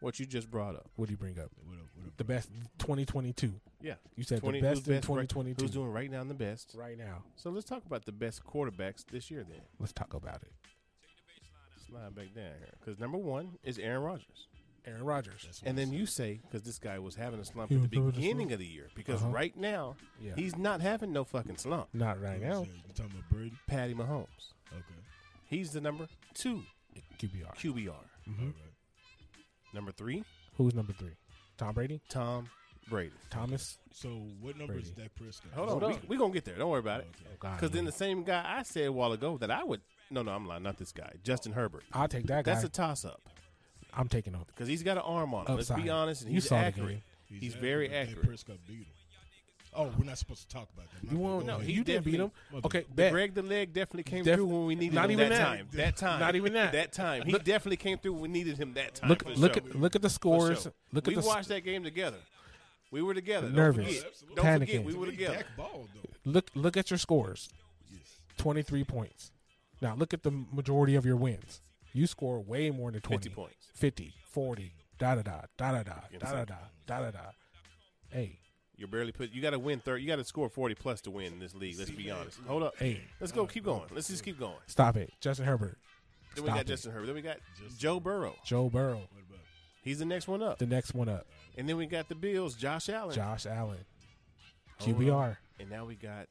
[SPEAKER 2] what you just brought up.
[SPEAKER 3] what do you bring up?
[SPEAKER 4] What up, what up?
[SPEAKER 3] The best 2022.
[SPEAKER 2] Yeah,
[SPEAKER 3] You said the
[SPEAKER 2] 20
[SPEAKER 3] best
[SPEAKER 2] who's
[SPEAKER 3] in
[SPEAKER 2] right-
[SPEAKER 3] 2022.
[SPEAKER 2] Who's doing right now the best?
[SPEAKER 3] right now.
[SPEAKER 2] So let's talk about the best quarterbacks this year. Then
[SPEAKER 3] Let's talk about it.
[SPEAKER 2] slide back down here because number one is Aaron Rodgers,
[SPEAKER 3] Aaron Rodgers.
[SPEAKER 4] That's what
[SPEAKER 2] and
[SPEAKER 4] I'm
[SPEAKER 2] then you say because this guy was having a slump
[SPEAKER 3] He
[SPEAKER 2] at the
[SPEAKER 3] was having a
[SPEAKER 2] beginning
[SPEAKER 3] slump.
[SPEAKER 2] of the year because
[SPEAKER 3] Uh-huh.
[SPEAKER 2] right now
[SPEAKER 3] Yeah.
[SPEAKER 2] he's not having no fucking slump.
[SPEAKER 3] Not right now.
[SPEAKER 4] saying. You talking about Brady?
[SPEAKER 2] Patty Mahomes,
[SPEAKER 4] Okay.
[SPEAKER 2] he's the number two
[SPEAKER 3] QBR.
[SPEAKER 2] QBR.
[SPEAKER 4] All
[SPEAKER 3] Mhm.
[SPEAKER 4] right.
[SPEAKER 2] Number three,
[SPEAKER 3] Who's number three? Tom Brady?
[SPEAKER 2] Tom Brady.
[SPEAKER 3] Thomas?
[SPEAKER 4] So what number is
[SPEAKER 3] Brady.
[SPEAKER 4] Dak Prescott?
[SPEAKER 2] Hold on,
[SPEAKER 3] Hold
[SPEAKER 2] we-
[SPEAKER 3] on.
[SPEAKER 2] we gonna get there. Don't worry about it.
[SPEAKER 4] Okay.
[SPEAKER 3] God.
[SPEAKER 2] Because then the same guy I said a while ago that I would. No, no, I'm lying. Not this guy, Justin Herbert.
[SPEAKER 3] I'll take that guy.
[SPEAKER 2] That's a toss up
[SPEAKER 3] I'm taking him.
[SPEAKER 2] because he's got an arm on him. Let's
[SPEAKER 3] Upside.
[SPEAKER 2] be honest, and
[SPEAKER 3] You
[SPEAKER 2] he's
[SPEAKER 3] saw the
[SPEAKER 2] accurate.
[SPEAKER 3] game.
[SPEAKER 2] He's, very
[SPEAKER 4] but Dak
[SPEAKER 2] accurate.
[SPEAKER 4] Prescott beat him. Oh, we're not supposed to talk about that. My
[SPEAKER 3] You
[SPEAKER 4] bad.
[SPEAKER 3] won't
[SPEAKER 4] Go
[SPEAKER 3] know.
[SPEAKER 4] ahead.
[SPEAKER 2] he
[SPEAKER 3] You didn't beat him.
[SPEAKER 2] definitely-
[SPEAKER 4] My bad.
[SPEAKER 3] Okay,
[SPEAKER 2] The
[SPEAKER 3] bet.
[SPEAKER 2] Greg the leg definitely came
[SPEAKER 3] Def-
[SPEAKER 2] through when we needed
[SPEAKER 3] Not
[SPEAKER 2] him
[SPEAKER 3] even
[SPEAKER 2] that,
[SPEAKER 3] that.
[SPEAKER 2] time. That time,
[SPEAKER 3] Not even
[SPEAKER 2] *laughs*
[SPEAKER 3] that.
[SPEAKER 2] That time, he definitely came through when we needed him that time.
[SPEAKER 3] Look
[SPEAKER 2] for
[SPEAKER 3] look
[SPEAKER 2] sure.
[SPEAKER 3] at look at the
[SPEAKER 2] For
[SPEAKER 3] scores.
[SPEAKER 2] sure.
[SPEAKER 3] Look
[SPEAKER 2] we
[SPEAKER 3] at the
[SPEAKER 2] watched that game together. We were together.
[SPEAKER 3] Nervous.
[SPEAKER 2] Don't forget.
[SPEAKER 4] Oh, Absolutely.
[SPEAKER 2] Don't forget.
[SPEAKER 3] Panicking.
[SPEAKER 2] We
[SPEAKER 4] To
[SPEAKER 2] were
[SPEAKER 4] me,
[SPEAKER 2] together.
[SPEAKER 4] Dak ball though.
[SPEAKER 3] look look at your scores.
[SPEAKER 4] Yes.
[SPEAKER 3] 23 points. Now look at the majority of your wins. You score way more than 20.
[SPEAKER 2] 50 points.
[SPEAKER 3] 50, 40, da da da, da da da,
[SPEAKER 2] You
[SPEAKER 3] da da
[SPEAKER 2] understand?
[SPEAKER 3] da, da da da. Hey,
[SPEAKER 2] You're barely put. You got to win thirty. You got to score forty plus to win in this league. Let's be honest. Hold up.
[SPEAKER 3] Hey.
[SPEAKER 2] let's go. Keep going. Let's just keep going.
[SPEAKER 3] stop it. Justin Herbert,
[SPEAKER 2] Then we
[SPEAKER 3] Stop
[SPEAKER 2] got
[SPEAKER 3] it.
[SPEAKER 2] Justin Herbert. Then we got Joe Burrow.
[SPEAKER 3] Joe Burrow,
[SPEAKER 4] What about?
[SPEAKER 2] He's the next one up.
[SPEAKER 3] the next one up,
[SPEAKER 2] And then we got the Bills. Josh Allen.
[SPEAKER 3] Josh Allen,
[SPEAKER 2] Hold
[SPEAKER 3] QBR.
[SPEAKER 2] on. And now we got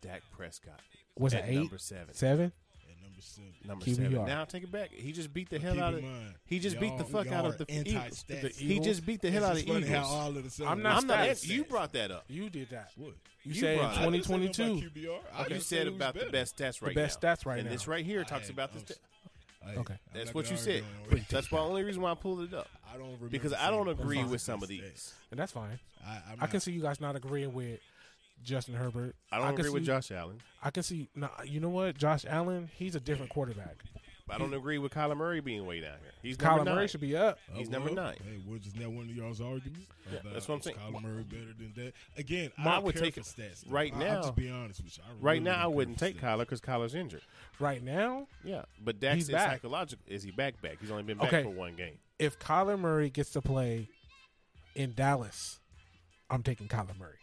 [SPEAKER 2] Dak Prescott.
[SPEAKER 3] Was it
[SPEAKER 2] at
[SPEAKER 3] eight?
[SPEAKER 2] number seven?
[SPEAKER 3] Seven?
[SPEAKER 4] At number seven.
[SPEAKER 2] Number
[SPEAKER 3] QBR.
[SPEAKER 2] seven. Now take it back. He just beat the
[SPEAKER 4] But
[SPEAKER 2] hell
[SPEAKER 4] keep
[SPEAKER 2] out
[SPEAKER 4] in
[SPEAKER 2] of.
[SPEAKER 4] mind,
[SPEAKER 2] he just beat the
[SPEAKER 4] y'all-
[SPEAKER 2] fuck out
[SPEAKER 4] y'all
[SPEAKER 2] of the
[SPEAKER 4] are
[SPEAKER 2] Eagles.
[SPEAKER 4] anti-stats.
[SPEAKER 2] The- He just beat the hell out
[SPEAKER 4] It's
[SPEAKER 2] of
[SPEAKER 4] just
[SPEAKER 2] the
[SPEAKER 4] funny
[SPEAKER 2] Eagles.
[SPEAKER 4] how all of a sudden-
[SPEAKER 3] I'm not
[SPEAKER 2] I'm not.
[SPEAKER 3] stats.
[SPEAKER 2] You brought that up.
[SPEAKER 3] You did that.
[SPEAKER 4] What?
[SPEAKER 3] You
[SPEAKER 2] You
[SPEAKER 3] said
[SPEAKER 2] brought it. I
[SPEAKER 3] in
[SPEAKER 2] didn't
[SPEAKER 4] I
[SPEAKER 3] 2022.
[SPEAKER 4] didn't say nothing about QBR. I
[SPEAKER 2] You
[SPEAKER 4] just said
[SPEAKER 2] said
[SPEAKER 4] who's
[SPEAKER 2] about the
[SPEAKER 4] better.
[SPEAKER 2] best stats right
[SPEAKER 3] best
[SPEAKER 2] now.
[SPEAKER 3] stats right
[SPEAKER 2] and
[SPEAKER 3] now.
[SPEAKER 2] this right here talks
[SPEAKER 4] Hey,
[SPEAKER 2] about the
[SPEAKER 4] I'm
[SPEAKER 2] sta-
[SPEAKER 4] s- hey,
[SPEAKER 3] Okay.
[SPEAKER 4] I'm
[SPEAKER 2] That's
[SPEAKER 4] not
[SPEAKER 2] what you
[SPEAKER 4] gonna
[SPEAKER 2] said.
[SPEAKER 4] argue on it.
[SPEAKER 2] That's the only reason why I pulled it up.
[SPEAKER 4] *laughs* I don't remember
[SPEAKER 2] Because I
[SPEAKER 4] seeing
[SPEAKER 2] don't
[SPEAKER 4] the
[SPEAKER 2] agree
[SPEAKER 4] best
[SPEAKER 2] with some of
[SPEAKER 4] stats.
[SPEAKER 2] these.
[SPEAKER 3] And that's fine.
[SPEAKER 4] I, I'm
[SPEAKER 3] I
[SPEAKER 4] not-
[SPEAKER 3] can see you guys not agreeing with Justin Herbert.
[SPEAKER 2] I don't
[SPEAKER 3] can
[SPEAKER 2] agree with
[SPEAKER 3] see-
[SPEAKER 2] Josh Allen.
[SPEAKER 3] I can see. Nah, you know what? Josh Allen, he's a different quarterback.
[SPEAKER 2] I don't agree with Kyler Murray being way down here. He's
[SPEAKER 3] Kyler
[SPEAKER 2] number nine.
[SPEAKER 3] Murray should be up.
[SPEAKER 4] Oh,
[SPEAKER 2] He's number
[SPEAKER 4] well,
[SPEAKER 2] nine.
[SPEAKER 4] Hey, what is that one of y'all's arguments? About
[SPEAKER 2] that's what I'm
[SPEAKER 4] is
[SPEAKER 2] saying.
[SPEAKER 4] Kyler Murray better than that. Again, I,
[SPEAKER 2] I
[SPEAKER 4] don't
[SPEAKER 2] would
[SPEAKER 4] care
[SPEAKER 2] take
[SPEAKER 4] for
[SPEAKER 2] it
[SPEAKER 4] stats. though.
[SPEAKER 2] right
[SPEAKER 4] I-
[SPEAKER 2] now.
[SPEAKER 4] I'll just be honest with you. I
[SPEAKER 2] Right
[SPEAKER 4] really
[SPEAKER 2] now,
[SPEAKER 4] don't
[SPEAKER 2] I
[SPEAKER 4] care
[SPEAKER 2] wouldn't
[SPEAKER 4] for
[SPEAKER 2] take
[SPEAKER 4] stats.
[SPEAKER 2] Kyler because Kyler's injured.
[SPEAKER 3] Right now,
[SPEAKER 2] Yeah, but Dax
[SPEAKER 3] He's
[SPEAKER 2] is
[SPEAKER 3] back.
[SPEAKER 2] psychological. Is he back? Back? He's only been back
[SPEAKER 3] Okay.
[SPEAKER 2] for one game.
[SPEAKER 3] if Kyler Murray gets to play in Dallas, I'm taking Kyler Murray.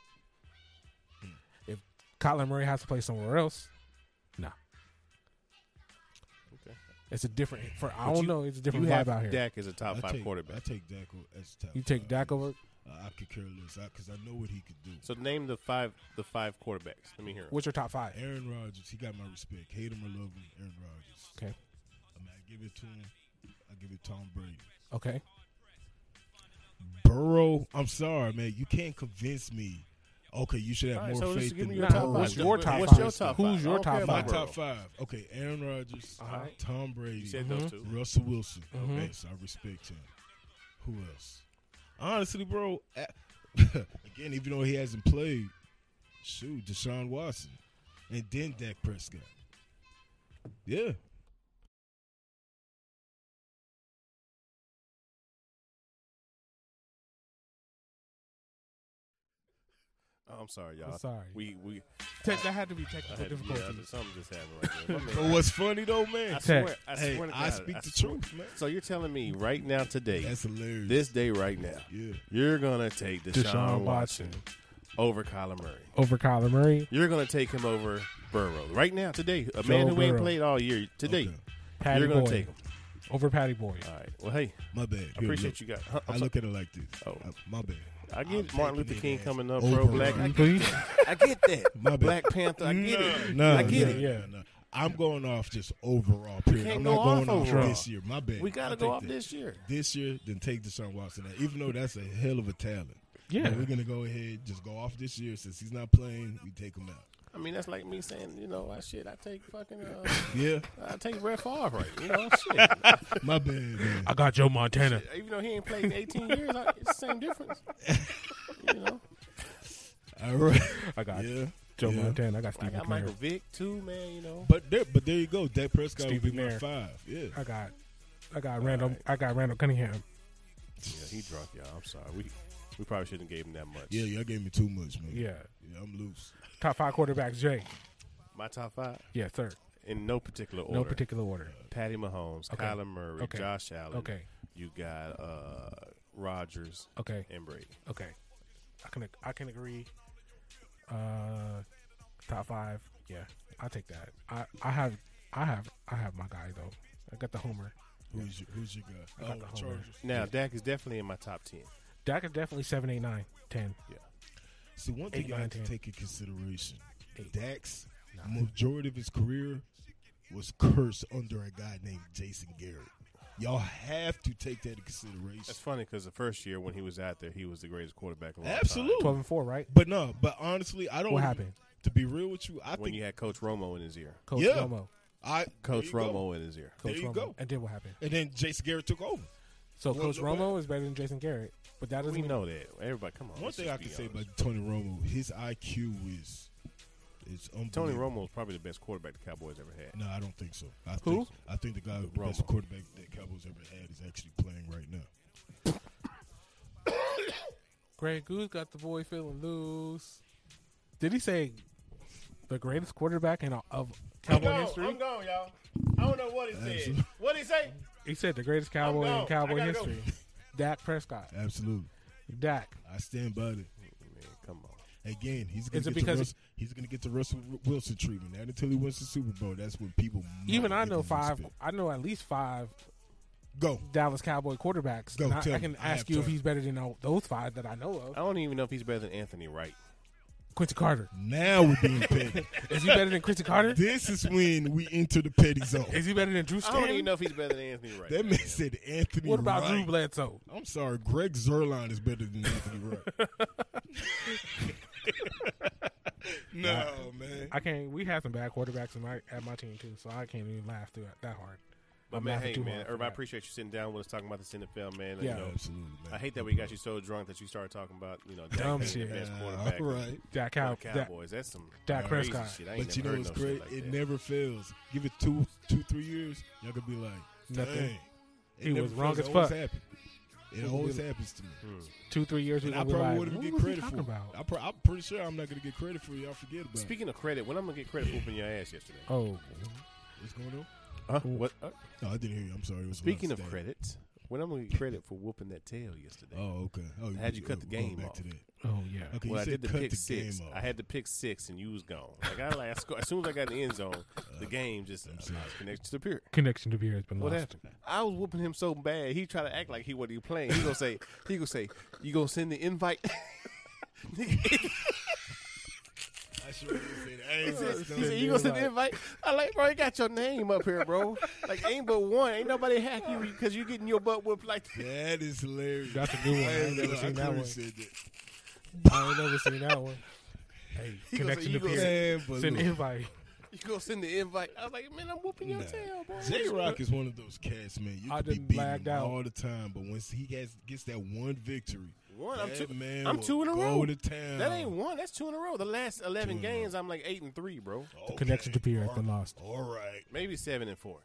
[SPEAKER 2] Hmm.
[SPEAKER 3] If Kyler Murray has to play somewhere else, nah.
[SPEAKER 2] Okay.
[SPEAKER 3] It's a different. For I
[SPEAKER 2] But
[SPEAKER 3] don't
[SPEAKER 2] you-
[SPEAKER 3] know. It's a
[SPEAKER 2] You
[SPEAKER 3] different
[SPEAKER 2] have
[SPEAKER 3] vibe out here.
[SPEAKER 2] Dak as a top
[SPEAKER 4] I
[SPEAKER 2] five
[SPEAKER 4] take, I
[SPEAKER 2] quarterback.
[SPEAKER 4] take Dak o- as top.
[SPEAKER 3] you take
[SPEAKER 4] five. Uh,
[SPEAKER 3] Dak over.
[SPEAKER 4] I, I could care less because I, know what he could do.
[SPEAKER 2] So name the five the five quarterbacks. Let me hear. 'em.
[SPEAKER 3] What's your top five?
[SPEAKER 4] Aaron Rodgers, he got my respect. Hate him or love him, Aaron Rodgers.
[SPEAKER 3] Okay.
[SPEAKER 4] I mean, I give it to him. I give it Tom Brady.
[SPEAKER 3] Okay.
[SPEAKER 4] Burrow, I'm sorry, man. You can't convince me. Okay, you should have
[SPEAKER 2] All right,
[SPEAKER 4] more
[SPEAKER 2] so just
[SPEAKER 4] faith
[SPEAKER 2] give
[SPEAKER 4] in
[SPEAKER 2] me
[SPEAKER 4] me
[SPEAKER 2] your
[SPEAKER 3] Nah,
[SPEAKER 2] top
[SPEAKER 3] what's
[SPEAKER 2] five.
[SPEAKER 3] your top
[SPEAKER 2] What's
[SPEAKER 3] five?
[SPEAKER 2] your top
[SPEAKER 3] Who's
[SPEAKER 2] five?
[SPEAKER 3] your
[SPEAKER 2] I don't
[SPEAKER 3] top
[SPEAKER 2] care
[SPEAKER 4] My
[SPEAKER 2] about
[SPEAKER 3] five?
[SPEAKER 4] top
[SPEAKER 2] Burrow.
[SPEAKER 4] five. Okay, Aaron Rodgers,
[SPEAKER 3] Uh-huh.
[SPEAKER 4] Tom Brady,
[SPEAKER 2] You said those two. Mm-hmm.
[SPEAKER 4] Russell Wilson.
[SPEAKER 3] Mhm.
[SPEAKER 4] Okay, so I respect him. Who else? Honestly, bro. I- *laughs* again, even though he hasn't played, shoot, Deshaun Watson, and then Dak Prescott. Yeah,
[SPEAKER 2] I'm sorry, y'all.
[SPEAKER 3] I'm sorry.
[SPEAKER 2] We we
[SPEAKER 3] Tech, that had to be
[SPEAKER 2] I
[SPEAKER 3] technical
[SPEAKER 2] had, yeah,
[SPEAKER 3] difficulties.
[SPEAKER 2] something just happened right there. My man,
[SPEAKER 4] But what's funny though,
[SPEAKER 2] I
[SPEAKER 4] man?
[SPEAKER 2] swear, I,
[SPEAKER 4] Hey,
[SPEAKER 2] swear to
[SPEAKER 4] I
[SPEAKER 2] God,
[SPEAKER 4] speak the
[SPEAKER 2] swear-
[SPEAKER 4] truth, man.
[SPEAKER 2] So you're telling me right now today,
[SPEAKER 4] That's hilarious.
[SPEAKER 2] this day right now,
[SPEAKER 4] Yeah.
[SPEAKER 2] you're gonna take Deshaun, Watson,
[SPEAKER 3] Deshaun Watson.
[SPEAKER 2] over Kyler Murray.
[SPEAKER 3] Over Kyler Murray,
[SPEAKER 2] You're gonna take him over Burrow right now today. A man who ain't
[SPEAKER 3] Burrow.
[SPEAKER 2] played all year today.
[SPEAKER 4] Okay.
[SPEAKER 3] Patty
[SPEAKER 2] You're gonna
[SPEAKER 3] Boyd.
[SPEAKER 2] take him.
[SPEAKER 3] Over
[SPEAKER 2] *laughs*
[SPEAKER 3] Patty Boyd.
[SPEAKER 2] All right. Well, hey,
[SPEAKER 4] My bad.
[SPEAKER 2] I appreciate you guys. Huh, I'm
[SPEAKER 4] I
[SPEAKER 2] so-
[SPEAKER 4] look at it like this.
[SPEAKER 2] Oh.
[SPEAKER 4] I, my bad.
[SPEAKER 2] I get Martin
[SPEAKER 4] I'm taking
[SPEAKER 2] Luther
[SPEAKER 4] it
[SPEAKER 2] King
[SPEAKER 4] as
[SPEAKER 2] coming up,
[SPEAKER 4] over
[SPEAKER 2] bro. Black, I
[SPEAKER 4] Ryan.
[SPEAKER 2] get, I get that.
[SPEAKER 4] *laughs* My bad.
[SPEAKER 2] Black Panther, I get it.
[SPEAKER 4] No,
[SPEAKER 2] I get
[SPEAKER 4] no,
[SPEAKER 2] it.
[SPEAKER 4] Yeah, no. I'm going off just overall. Period.
[SPEAKER 2] can't
[SPEAKER 4] I'm
[SPEAKER 2] go
[SPEAKER 4] not
[SPEAKER 2] off
[SPEAKER 4] going off
[SPEAKER 2] overall.
[SPEAKER 4] this year. My bad.
[SPEAKER 2] We gotta
[SPEAKER 4] I
[SPEAKER 2] go
[SPEAKER 4] take
[SPEAKER 2] off
[SPEAKER 4] that.
[SPEAKER 2] this year.
[SPEAKER 4] This year, then take Deshaun Watson. out, Even though that's a hell of a talent.
[SPEAKER 3] Yeah.
[SPEAKER 4] But we're gonna go ahead, just go off this year since he's not playing. We take him out.
[SPEAKER 2] I mean, that's like me saying, you know, I shit, I take fucking, uh,
[SPEAKER 4] Yeah,
[SPEAKER 2] I take Brett Favre, right? You know, shit.
[SPEAKER 4] my bad. Man.
[SPEAKER 3] I got Joe Montana.
[SPEAKER 2] Even though he ain't played in 18 years, I, it's the same difference. You
[SPEAKER 4] *laughs*
[SPEAKER 2] know,
[SPEAKER 3] *laughs*
[SPEAKER 4] All right.
[SPEAKER 3] I got
[SPEAKER 4] Yeah.
[SPEAKER 3] Joe
[SPEAKER 4] yeah.
[SPEAKER 3] Montana. I got
[SPEAKER 2] I
[SPEAKER 3] Steve
[SPEAKER 2] got
[SPEAKER 3] McNair.
[SPEAKER 2] Michael Vick too, man. You know,
[SPEAKER 4] But there, but there you go. Dak Prescott
[SPEAKER 3] Steve
[SPEAKER 4] would be my
[SPEAKER 3] McNair.
[SPEAKER 4] five. Yeah.
[SPEAKER 3] I got, I got Randall. I got Randall Cunningham.
[SPEAKER 2] yeah, he drunk, y'all. I'm sorry. We we probably shouldn't have gave him that much.
[SPEAKER 4] Yeah, y'all gave me too much, man.
[SPEAKER 3] Yeah,
[SPEAKER 4] Yeah, I'm loose.
[SPEAKER 3] top five quarterbacks. Jay.
[SPEAKER 2] My top five
[SPEAKER 3] Yeah, third.
[SPEAKER 2] in no particular order.
[SPEAKER 3] No particular order.
[SPEAKER 2] Patty Mahomes,
[SPEAKER 3] Okay.
[SPEAKER 2] Kyler Murray,
[SPEAKER 3] Okay.
[SPEAKER 2] Josh Allen.
[SPEAKER 3] Okay.
[SPEAKER 2] You got uh Rodgers
[SPEAKER 3] Okay.
[SPEAKER 2] and Brady.
[SPEAKER 3] Okay. I can I can agree. Uh, top five. Yeah, I take that. I I have I have I have my guy though. I got the homer.
[SPEAKER 4] Who's your, who's your guy?
[SPEAKER 3] I got the
[SPEAKER 4] oh,
[SPEAKER 3] Homer.
[SPEAKER 4] Chargers.
[SPEAKER 2] Now Dak is definitely in my top ten.
[SPEAKER 3] Dak is definitely seven, eight, nine, ten.
[SPEAKER 4] See, one
[SPEAKER 3] Eight,
[SPEAKER 4] thing you
[SPEAKER 3] nine,
[SPEAKER 4] have to
[SPEAKER 3] ten.
[SPEAKER 4] take into consideration:
[SPEAKER 3] Eight.
[SPEAKER 4] Dax, majority of his career was cursed under a guy named Jason Garrett. Y'all have to take that into consideration.
[SPEAKER 2] That's funny because the first year when he was out there, he was the greatest quarterback. Of all time.
[SPEAKER 4] Absolutely.
[SPEAKER 3] Twelve and four, right?
[SPEAKER 4] But no, but honestly, I don't.
[SPEAKER 3] What happened?
[SPEAKER 4] To be real with you, I
[SPEAKER 2] When
[SPEAKER 4] think
[SPEAKER 2] you had Coach Romo in his ear,
[SPEAKER 3] Coach
[SPEAKER 4] Yeah.
[SPEAKER 3] Romo.
[SPEAKER 4] I
[SPEAKER 2] Coach
[SPEAKER 4] there you
[SPEAKER 2] Romo
[SPEAKER 4] go.
[SPEAKER 2] in his ear.
[SPEAKER 3] Coach
[SPEAKER 4] There you
[SPEAKER 3] Romo.
[SPEAKER 4] go.
[SPEAKER 3] And then what happened?
[SPEAKER 4] and then Jason Garrett took over.
[SPEAKER 3] So
[SPEAKER 4] Well,
[SPEAKER 3] Coach
[SPEAKER 4] no
[SPEAKER 3] Romo is better than Jason Garrett, but that doesn't
[SPEAKER 2] We
[SPEAKER 3] mean
[SPEAKER 2] know that. Everybody, come on.
[SPEAKER 4] One
[SPEAKER 2] let's
[SPEAKER 4] thing
[SPEAKER 2] just
[SPEAKER 4] I
[SPEAKER 2] be
[SPEAKER 4] can say
[SPEAKER 2] honest.
[SPEAKER 4] about Tony Romo, his IQ is is unbelievable.
[SPEAKER 2] Tony Romo was probably the best quarterback the Cowboys ever had.
[SPEAKER 4] No, I don't think so. I
[SPEAKER 3] Who?
[SPEAKER 4] Think, I think the guy with the best
[SPEAKER 2] Romo.
[SPEAKER 4] quarterback that Cowboys ever had is actually playing right now.
[SPEAKER 3] Greg Goose got the boy feeling loose. Did he say the greatest quarterback in all- of Cowboy history?
[SPEAKER 2] gone, y'all. I don't know what he
[SPEAKER 4] Absolutely.
[SPEAKER 2] What he say?
[SPEAKER 3] He said the greatest cowboy in
[SPEAKER 2] gone.
[SPEAKER 3] Cowboy
[SPEAKER 2] Oh, I gotta go.
[SPEAKER 3] history. Dak Prescott.
[SPEAKER 4] Absolutely,
[SPEAKER 3] Dak.
[SPEAKER 4] I stand by it.
[SPEAKER 2] Man, come on.
[SPEAKER 4] Again, he's gonna
[SPEAKER 3] Is it
[SPEAKER 4] get
[SPEAKER 3] because-
[SPEAKER 4] the Russ, he's gonna get the Russell Wilson treatment. Not until he wins the Super Bowl. That's when people. might
[SPEAKER 3] Even I
[SPEAKER 4] give
[SPEAKER 3] know
[SPEAKER 4] him
[SPEAKER 3] five.
[SPEAKER 4] respect.
[SPEAKER 3] I know at least five
[SPEAKER 4] Go.
[SPEAKER 3] Dallas Cowboy quarterbacks.
[SPEAKER 4] Go,
[SPEAKER 3] and I,
[SPEAKER 4] tell
[SPEAKER 3] I can
[SPEAKER 4] me. I
[SPEAKER 3] ask
[SPEAKER 4] have
[SPEAKER 3] you if
[SPEAKER 4] time.
[SPEAKER 3] he's better than all those five that I know of.
[SPEAKER 2] I don't even know if he's better than Anthony Wright.
[SPEAKER 3] Quincy Carter.
[SPEAKER 4] Now we're
[SPEAKER 3] *laughs*
[SPEAKER 4] being petty.
[SPEAKER 3] Is he better than Quincy
[SPEAKER 4] *laughs*
[SPEAKER 3] Carter?
[SPEAKER 4] this is when we enter the petty zone.
[SPEAKER 3] Is he better than Drew
[SPEAKER 2] I don't even
[SPEAKER 3] Stanton?
[SPEAKER 2] know if he's better than Anthony Wright.
[SPEAKER 4] That man said Anthony.
[SPEAKER 3] What about Drew
[SPEAKER 4] Wright.
[SPEAKER 3] Bledsoe?
[SPEAKER 4] I'm sorry, Greg Zerline is better than Anthony
[SPEAKER 3] *laughs*
[SPEAKER 4] Wright. *laughs* no man.
[SPEAKER 3] I can't. We had some bad quarterbacks in my, at my team too, so I can't even laugh through that, that hard.
[SPEAKER 2] But
[SPEAKER 3] I'm
[SPEAKER 2] man,
[SPEAKER 3] laughing
[SPEAKER 2] hey
[SPEAKER 3] too
[SPEAKER 2] man,
[SPEAKER 3] hard for
[SPEAKER 2] Irv, I
[SPEAKER 3] that.
[SPEAKER 2] appreciate you sitting down with us talking about this NFL, man.
[SPEAKER 3] Yeah.
[SPEAKER 2] You know,
[SPEAKER 4] Absolutely. Man.
[SPEAKER 2] I hate that we got you so drunk that you started talking about you know Dak being
[SPEAKER 3] Dumb
[SPEAKER 2] the
[SPEAKER 3] shit.
[SPEAKER 2] best
[SPEAKER 4] Uh,
[SPEAKER 2] quarterback.
[SPEAKER 4] all right.
[SPEAKER 3] Dak
[SPEAKER 2] for the
[SPEAKER 3] Cow. Dak,
[SPEAKER 2] Cowboys. That's some
[SPEAKER 3] Dak
[SPEAKER 2] crazy
[SPEAKER 3] Prescott.
[SPEAKER 2] shit. I ain't
[SPEAKER 4] But you know
[SPEAKER 2] never
[SPEAKER 4] it's
[SPEAKER 2] heard no
[SPEAKER 4] great.
[SPEAKER 2] shit
[SPEAKER 4] it
[SPEAKER 2] like that.
[SPEAKER 4] never fails. Give it two, two, three years, y'all could be like,
[SPEAKER 3] Nothing.
[SPEAKER 4] Dang. It
[SPEAKER 3] He
[SPEAKER 4] never
[SPEAKER 3] was wrong
[SPEAKER 4] fails.
[SPEAKER 3] as
[SPEAKER 4] It always
[SPEAKER 3] fuck.
[SPEAKER 4] happens. It
[SPEAKER 3] was
[SPEAKER 4] always
[SPEAKER 3] really-
[SPEAKER 4] happens to me.
[SPEAKER 3] two, three years. we
[SPEAKER 4] And I
[SPEAKER 3] gonna be
[SPEAKER 4] probably
[SPEAKER 3] like,
[SPEAKER 4] wouldn't
[SPEAKER 3] what
[SPEAKER 4] get
[SPEAKER 3] was he
[SPEAKER 4] credit for.
[SPEAKER 3] talking
[SPEAKER 4] it.
[SPEAKER 3] about?
[SPEAKER 4] I pro- I'm pretty sure I'm not going to get credit for it. Y'all forget about it.
[SPEAKER 2] Speaking of credit, when I'm gonna get credit for opening your ass yesterday?
[SPEAKER 3] Oh,
[SPEAKER 4] What's going on?
[SPEAKER 2] Huh?
[SPEAKER 3] Uh-huh.
[SPEAKER 2] What? uh,
[SPEAKER 4] No, I didn't hear you. I'm sorry. It was
[SPEAKER 2] Speaking
[SPEAKER 4] loud.
[SPEAKER 2] of credit, when I'm gonna get credit for whooping that tail yesterday?
[SPEAKER 4] Oh, okay. Oh,
[SPEAKER 2] How'd you cut the
[SPEAKER 4] we're going
[SPEAKER 2] game
[SPEAKER 4] back
[SPEAKER 2] off?
[SPEAKER 4] To that.
[SPEAKER 3] oh yeah.
[SPEAKER 4] Okay,
[SPEAKER 2] well,
[SPEAKER 4] you
[SPEAKER 2] I did
[SPEAKER 4] said
[SPEAKER 2] the
[SPEAKER 4] cut
[SPEAKER 2] pick
[SPEAKER 4] the
[SPEAKER 2] six.
[SPEAKER 4] game off.
[SPEAKER 2] I had the pick six, and you was gone. Like I, like, I scored, as soon as I got in the end zone,
[SPEAKER 4] Uh-huh.
[SPEAKER 2] the game just uh, I was connected to the pier.
[SPEAKER 3] Connection to beer has been
[SPEAKER 2] What
[SPEAKER 3] lost.
[SPEAKER 2] happened? *laughs* I was whooping him so bad. He tried to act like he wasn't even playing. He gonna say, he gonna say, you gonna send the invite? *laughs*
[SPEAKER 4] I sure didn't say that. I
[SPEAKER 2] *laughs*
[SPEAKER 4] ain't
[SPEAKER 2] he
[SPEAKER 4] said
[SPEAKER 2] said, you gonna send the invite? I like, bro, you got your name up here, bro. Like ain't but one. Ain't nobody hack you because you getting your butt whooped like that.
[SPEAKER 4] That is hilarious.
[SPEAKER 3] That's a new one. I ain't never
[SPEAKER 4] I
[SPEAKER 3] seen that
[SPEAKER 4] could've
[SPEAKER 3] one.
[SPEAKER 4] said that.
[SPEAKER 3] I ain't never seen that one. Hey,
[SPEAKER 2] He gonna say,
[SPEAKER 3] connection
[SPEAKER 2] "You
[SPEAKER 3] to
[SPEAKER 2] gonna
[SPEAKER 3] beer.
[SPEAKER 4] Man, but
[SPEAKER 3] Send
[SPEAKER 4] look,
[SPEAKER 3] invite.
[SPEAKER 2] You gonna send the invite? I was like, man, I'm whooping your tail, bro.
[SPEAKER 4] J Rock is one of those cats, man. You
[SPEAKER 3] uh, I
[SPEAKER 4] could be
[SPEAKER 3] done
[SPEAKER 4] beating
[SPEAKER 3] blagged
[SPEAKER 4] him
[SPEAKER 3] out.
[SPEAKER 4] all the time, but once he gets gets that one victory,
[SPEAKER 2] One, I'm
[SPEAKER 4] that
[SPEAKER 2] two-
[SPEAKER 4] man
[SPEAKER 2] I'm
[SPEAKER 4] will
[SPEAKER 2] two in a
[SPEAKER 4] go
[SPEAKER 2] row.
[SPEAKER 4] To town.
[SPEAKER 2] That ain't one. That's two in a row. The last eleven
[SPEAKER 4] Two in a row.
[SPEAKER 2] games, I'm like eight and three, bro.
[SPEAKER 4] Okay.
[SPEAKER 3] Connection to beer has
[SPEAKER 4] All
[SPEAKER 3] been lost.
[SPEAKER 4] All right,
[SPEAKER 2] Maybe seven and four.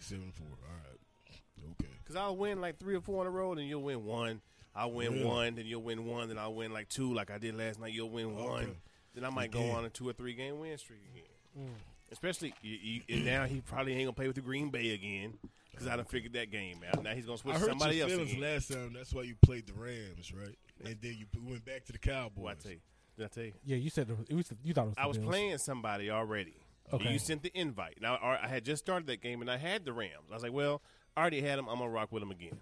[SPEAKER 4] seven four. All right, okay.
[SPEAKER 2] Because I'll win like three or four in a row, and you'll win one, I'll win
[SPEAKER 4] Really?
[SPEAKER 2] one, then you'll win one, then I'll win like two, like I did last night. You'll win one, then I might go
[SPEAKER 4] Again.
[SPEAKER 2] on a two or three game win streak again.
[SPEAKER 4] Mm.
[SPEAKER 2] Especially you, you, and now he probably ain't gonna play with the Green Bay again because I done figured that game out. Now he's gonna switch
[SPEAKER 4] I
[SPEAKER 2] to
[SPEAKER 4] hurt
[SPEAKER 2] somebody
[SPEAKER 4] your
[SPEAKER 2] else.
[SPEAKER 4] feelings
[SPEAKER 2] Again.
[SPEAKER 4] last time. That's why you played the Rams, right? And then you p- went back to the Cowboys.
[SPEAKER 2] Boy, I tell you, did I tell you?
[SPEAKER 3] Yeah, you said the, it was the- you thought it was.
[SPEAKER 2] I
[SPEAKER 3] the
[SPEAKER 2] was
[SPEAKER 3] Bills.
[SPEAKER 2] playing somebody already.
[SPEAKER 3] Okay.
[SPEAKER 2] You sent the invite. Now I I had just started that game and I had the Rams. I was like, well, I already had them. I'm gonna rock with them again.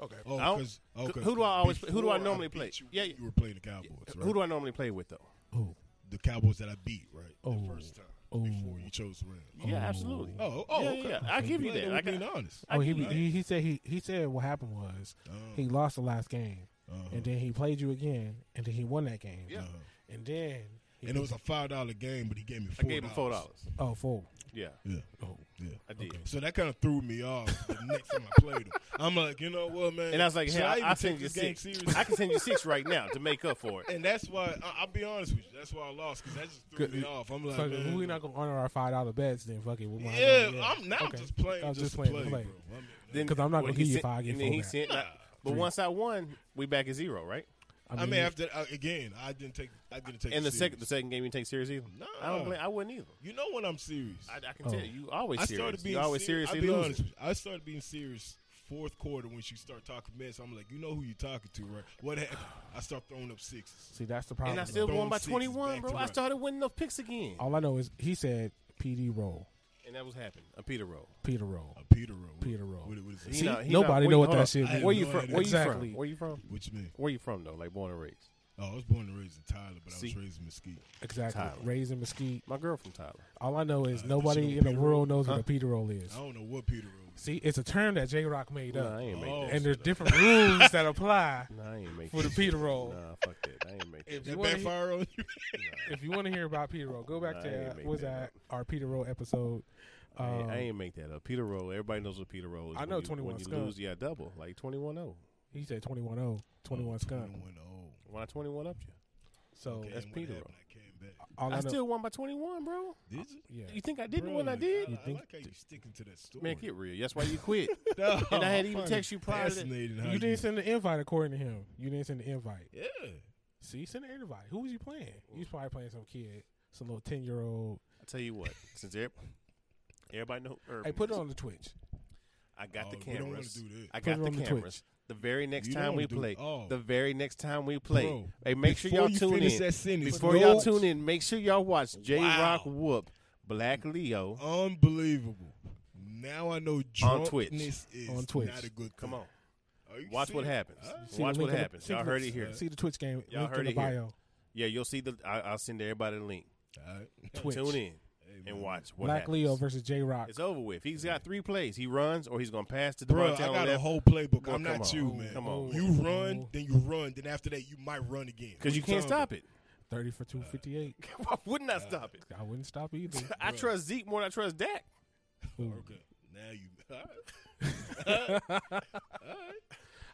[SPEAKER 3] Okay.
[SPEAKER 4] Oh,
[SPEAKER 2] I don't-
[SPEAKER 4] 'cause-
[SPEAKER 2] who-
[SPEAKER 4] okay.
[SPEAKER 2] who do I always- who do I
[SPEAKER 4] Before
[SPEAKER 2] normally
[SPEAKER 4] beat
[SPEAKER 2] play?
[SPEAKER 4] You,
[SPEAKER 2] Yeah, yeah.
[SPEAKER 4] you were playing the Cowboys. Right?
[SPEAKER 2] Who do I normally play with though?
[SPEAKER 3] Oh,
[SPEAKER 4] the Cowboys that I beat, right?
[SPEAKER 3] Oh.
[SPEAKER 4] The first time
[SPEAKER 3] Oh.
[SPEAKER 4] before you chose the Rams.
[SPEAKER 2] Yeah, absolutely.
[SPEAKER 4] Oh, oh,
[SPEAKER 2] yeah,
[SPEAKER 4] okay.
[SPEAKER 2] yeah, yeah. I give you
[SPEAKER 4] Glad
[SPEAKER 2] that.
[SPEAKER 4] we're
[SPEAKER 2] I got-
[SPEAKER 4] being honest.
[SPEAKER 2] I
[SPEAKER 3] oh he,
[SPEAKER 2] can do that.
[SPEAKER 3] he he said he he said what happened was he lost the last game,
[SPEAKER 4] Uh-huh.
[SPEAKER 3] and then he played you again, and then he won that game.
[SPEAKER 2] Yeah.
[SPEAKER 4] Uh-huh.
[SPEAKER 3] And then he
[SPEAKER 4] And it was a five dollar game, but he gave me
[SPEAKER 2] I
[SPEAKER 4] four.
[SPEAKER 2] gave him four dollars.
[SPEAKER 3] oh four.
[SPEAKER 2] Yeah,
[SPEAKER 4] Yeah.
[SPEAKER 3] Oh.
[SPEAKER 4] Yeah.
[SPEAKER 2] I did.
[SPEAKER 4] So that kind of threw me off the next time I played him. I'm like, you know what, man?
[SPEAKER 2] And I was like,
[SPEAKER 4] should
[SPEAKER 2] hey,
[SPEAKER 4] I
[SPEAKER 2] I,
[SPEAKER 4] even
[SPEAKER 2] I'll
[SPEAKER 4] take
[SPEAKER 2] send you
[SPEAKER 4] this game
[SPEAKER 2] six.
[SPEAKER 4] seriously?
[SPEAKER 2] I can send you six right now to make up for it.
[SPEAKER 4] *laughs* And that's why I, I'll be honest with you. That's why I lost because that just threw
[SPEAKER 3] Good.
[SPEAKER 4] me off. I'm like,
[SPEAKER 3] So
[SPEAKER 4] man,
[SPEAKER 3] if we're not gonna honor our five dollar bets, then fuck it. We'll
[SPEAKER 4] yeah,
[SPEAKER 3] mind on,
[SPEAKER 4] I'm now
[SPEAKER 3] Okay.
[SPEAKER 4] just playing,
[SPEAKER 3] I was
[SPEAKER 4] just,
[SPEAKER 3] just
[SPEAKER 4] playing
[SPEAKER 3] playing to
[SPEAKER 4] play,
[SPEAKER 3] play.
[SPEAKER 4] bro. I'm-
[SPEAKER 2] Then-
[SPEAKER 3] 'Cause I'm not
[SPEAKER 2] well,
[SPEAKER 3] gonna
[SPEAKER 2] he
[SPEAKER 3] give you
[SPEAKER 2] sent-
[SPEAKER 3] five, I get
[SPEAKER 2] And then he
[SPEAKER 3] four back.
[SPEAKER 2] sent.
[SPEAKER 4] Nah.
[SPEAKER 2] But once I won, we back at zero, right?
[SPEAKER 4] I mean, after I, again, I didn't take, I didn't take.
[SPEAKER 2] And the
[SPEAKER 4] it
[SPEAKER 2] second, the
[SPEAKER 4] serious.
[SPEAKER 2] second game, you take serious either. I
[SPEAKER 4] Nah.
[SPEAKER 2] don't. Blame, I wouldn't either.
[SPEAKER 4] you know when I'm serious.
[SPEAKER 2] I, I can
[SPEAKER 3] Oh.
[SPEAKER 2] tell you, you always
[SPEAKER 4] I
[SPEAKER 2] serious.
[SPEAKER 4] started being
[SPEAKER 2] you always
[SPEAKER 4] serious.
[SPEAKER 2] seriously
[SPEAKER 4] I'll
[SPEAKER 2] losing.
[SPEAKER 4] be honest with you. I started being serious fourth quarter when she started talking mess. I'm like, you know who you talking to, right? What happened? I start throwing up sixes.
[SPEAKER 3] See, that's the problem.
[SPEAKER 2] And I
[SPEAKER 3] though.
[SPEAKER 2] still won by
[SPEAKER 4] sixes
[SPEAKER 2] twenty one,
[SPEAKER 4] back
[SPEAKER 2] bro.
[SPEAKER 4] to
[SPEAKER 2] I
[SPEAKER 4] back. Oh.
[SPEAKER 2] started winning the picks again,
[SPEAKER 3] All I know is he said PD roll,
[SPEAKER 2] and that was happening. A Peter roll.
[SPEAKER 3] Peter roll.
[SPEAKER 4] A Uh, Peter roll.
[SPEAKER 3] Peter roll.
[SPEAKER 4] What, what is it?
[SPEAKER 2] He
[SPEAKER 3] See,
[SPEAKER 2] not- he
[SPEAKER 3] nobody
[SPEAKER 2] not-
[SPEAKER 3] know
[SPEAKER 2] wait,
[SPEAKER 3] what that
[SPEAKER 2] hold
[SPEAKER 3] shit
[SPEAKER 2] on.
[SPEAKER 3] means.
[SPEAKER 2] Where you
[SPEAKER 4] No
[SPEAKER 2] from?
[SPEAKER 4] idea.
[SPEAKER 2] Where you
[SPEAKER 3] Exactly.
[SPEAKER 2] from? Where you from?
[SPEAKER 4] What you mean?
[SPEAKER 2] Where you from though? Like born and raised.
[SPEAKER 4] Oh, I was born and raised in Tyler, but I
[SPEAKER 2] See?
[SPEAKER 4] was raised in Mesquite.
[SPEAKER 3] Exactly.
[SPEAKER 2] Tyler.
[SPEAKER 3] Raising mesquite.
[SPEAKER 2] My girl from Tyler.
[SPEAKER 3] All I know is
[SPEAKER 4] Uh, did
[SPEAKER 3] nobody
[SPEAKER 4] you
[SPEAKER 3] in the
[SPEAKER 4] Peter
[SPEAKER 3] world knows
[SPEAKER 2] Huh?
[SPEAKER 3] what a Peter roll is.
[SPEAKER 4] I don't know what Peter roll. Is.
[SPEAKER 3] See, it's a term that J Rock made
[SPEAKER 2] No, I
[SPEAKER 3] up,
[SPEAKER 2] ain't make
[SPEAKER 4] Oh.
[SPEAKER 2] that.
[SPEAKER 3] and there's different rules that apply
[SPEAKER 2] No, I ain't make
[SPEAKER 3] for the
[SPEAKER 2] that.
[SPEAKER 3] Peter roll.
[SPEAKER 2] Nah, fuck that. I ain't make that.
[SPEAKER 3] If
[SPEAKER 4] That
[SPEAKER 3] you wanna hear-
[SPEAKER 4] backfire on you.
[SPEAKER 3] If you want to hear about Peter roll, go back
[SPEAKER 2] Nah, I
[SPEAKER 3] to
[SPEAKER 2] ain't
[SPEAKER 3] uh,
[SPEAKER 2] make
[SPEAKER 3] was
[SPEAKER 2] that
[SPEAKER 3] that our Peter roll episode?
[SPEAKER 2] I ain't-
[SPEAKER 3] Um,
[SPEAKER 2] I ain't make that up. Peter Roll. Everybody knows what Peter Roll is.
[SPEAKER 3] I
[SPEAKER 2] When
[SPEAKER 3] know
[SPEAKER 2] you-
[SPEAKER 3] 21
[SPEAKER 2] When you
[SPEAKER 3] scum.
[SPEAKER 2] lose, yeah, double like 21-0.
[SPEAKER 3] He said oh, 21-0, 21
[SPEAKER 4] *laughs*
[SPEAKER 3] scum.
[SPEAKER 4] 21 oh.
[SPEAKER 2] When I twenty one up you,
[SPEAKER 3] So
[SPEAKER 2] Oh,
[SPEAKER 4] Okay,
[SPEAKER 2] That's
[SPEAKER 4] and what
[SPEAKER 2] Peter
[SPEAKER 4] happened? I came back.
[SPEAKER 3] all I,
[SPEAKER 2] I
[SPEAKER 3] know,
[SPEAKER 2] still won by twenty one, bro.
[SPEAKER 4] Did you?
[SPEAKER 3] yeah.
[SPEAKER 2] You think I didn't
[SPEAKER 4] Bro,
[SPEAKER 2] when I
[SPEAKER 4] like,
[SPEAKER 2] did?
[SPEAKER 4] I,
[SPEAKER 3] You
[SPEAKER 4] I
[SPEAKER 3] think-
[SPEAKER 4] like how you sticking to that story.
[SPEAKER 2] Man,
[SPEAKER 4] *laughs*
[SPEAKER 2] get real. That's why you *laughs* quit.
[SPEAKER 4] No,
[SPEAKER 2] and I had
[SPEAKER 4] I
[SPEAKER 2] even
[SPEAKER 4] find
[SPEAKER 2] text
[SPEAKER 4] it
[SPEAKER 2] you prior to that.
[SPEAKER 4] fascinating how
[SPEAKER 3] You didn't send the invite according to him. You didn't send the invite.
[SPEAKER 4] Yeah.
[SPEAKER 3] See, send the invite. Who was you playing? You was probably playing some kid, some little ten year old.
[SPEAKER 2] I tell you what, since every- everybody know, Urban
[SPEAKER 3] Hey, put it
[SPEAKER 2] is,
[SPEAKER 3] on the Twitch.
[SPEAKER 2] I got the
[SPEAKER 4] Oh, we don't wanna
[SPEAKER 2] cameras.
[SPEAKER 4] do that.
[SPEAKER 2] I
[SPEAKER 3] Put
[SPEAKER 2] got
[SPEAKER 3] it
[SPEAKER 2] the
[SPEAKER 3] on the
[SPEAKER 2] cameras.
[SPEAKER 3] Twitch.
[SPEAKER 2] The very next
[SPEAKER 4] You
[SPEAKER 2] time
[SPEAKER 4] don't
[SPEAKER 2] we
[SPEAKER 4] do-
[SPEAKER 2] play,
[SPEAKER 4] oh.
[SPEAKER 2] the very next time we play,
[SPEAKER 4] Bro,
[SPEAKER 2] hey, make sure
[SPEAKER 4] before
[SPEAKER 2] y'all
[SPEAKER 4] you
[SPEAKER 2] tune
[SPEAKER 4] finish
[SPEAKER 2] in.
[SPEAKER 4] that sentence,
[SPEAKER 2] before
[SPEAKER 4] no-
[SPEAKER 2] y'all tune in, make sure y'all watch J Rock
[SPEAKER 4] Wow. Oh,
[SPEAKER 2] Whoop Black Leo.
[SPEAKER 4] Unbelievable. Now I know drunkenness
[SPEAKER 2] Twitch.
[SPEAKER 4] is
[SPEAKER 3] On Twitch.
[SPEAKER 4] not a good.
[SPEAKER 2] Come
[SPEAKER 4] thing.
[SPEAKER 2] on,
[SPEAKER 4] Are you
[SPEAKER 2] watch what
[SPEAKER 4] serious?
[SPEAKER 2] happens.
[SPEAKER 4] Huh?
[SPEAKER 3] See the
[SPEAKER 2] Watch
[SPEAKER 3] link
[SPEAKER 2] what
[SPEAKER 3] in the-
[SPEAKER 2] happens.
[SPEAKER 3] see
[SPEAKER 2] Y'all
[SPEAKER 3] the-
[SPEAKER 2] heard it here.
[SPEAKER 3] See the Twitch game.
[SPEAKER 2] Y'all
[SPEAKER 3] link
[SPEAKER 2] heard
[SPEAKER 3] in
[SPEAKER 2] it
[SPEAKER 3] the
[SPEAKER 2] here.
[SPEAKER 3] bio.
[SPEAKER 2] Yeah, you'll see the. I, I'll send everybody the link.
[SPEAKER 4] All right.
[SPEAKER 3] Twitch.
[SPEAKER 2] Tune in and
[SPEAKER 4] man.
[SPEAKER 2] watch what
[SPEAKER 3] Black
[SPEAKER 2] happens.
[SPEAKER 3] Leo versus J Rock.
[SPEAKER 2] It's over with. He's got three plays. He runs or he's gonna pass to
[SPEAKER 4] Bro,
[SPEAKER 2] Devontae
[SPEAKER 4] I
[SPEAKER 2] on
[SPEAKER 4] got a
[SPEAKER 2] left
[SPEAKER 4] whole playbook.
[SPEAKER 2] Bro,
[SPEAKER 4] I'm
[SPEAKER 2] come
[SPEAKER 4] not
[SPEAKER 2] on.
[SPEAKER 4] you, man.
[SPEAKER 2] Come on.
[SPEAKER 4] You run,
[SPEAKER 3] Oh.
[SPEAKER 4] then you run, then after that you might run again.
[SPEAKER 2] because you can't stop it.
[SPEAKER 3] Thirty for two fifty eight.
[SPEAKER 2] Why wouldn't I stop it?
[SPEAKER 3] I wouldn't stop either.
[SPEAKER 2] *laughs* I trust Zeke more than I trust Dak.
[SPEAKER 3] Ooh,
[SPEAKER 4] Okay. Now you. *laughs* All right.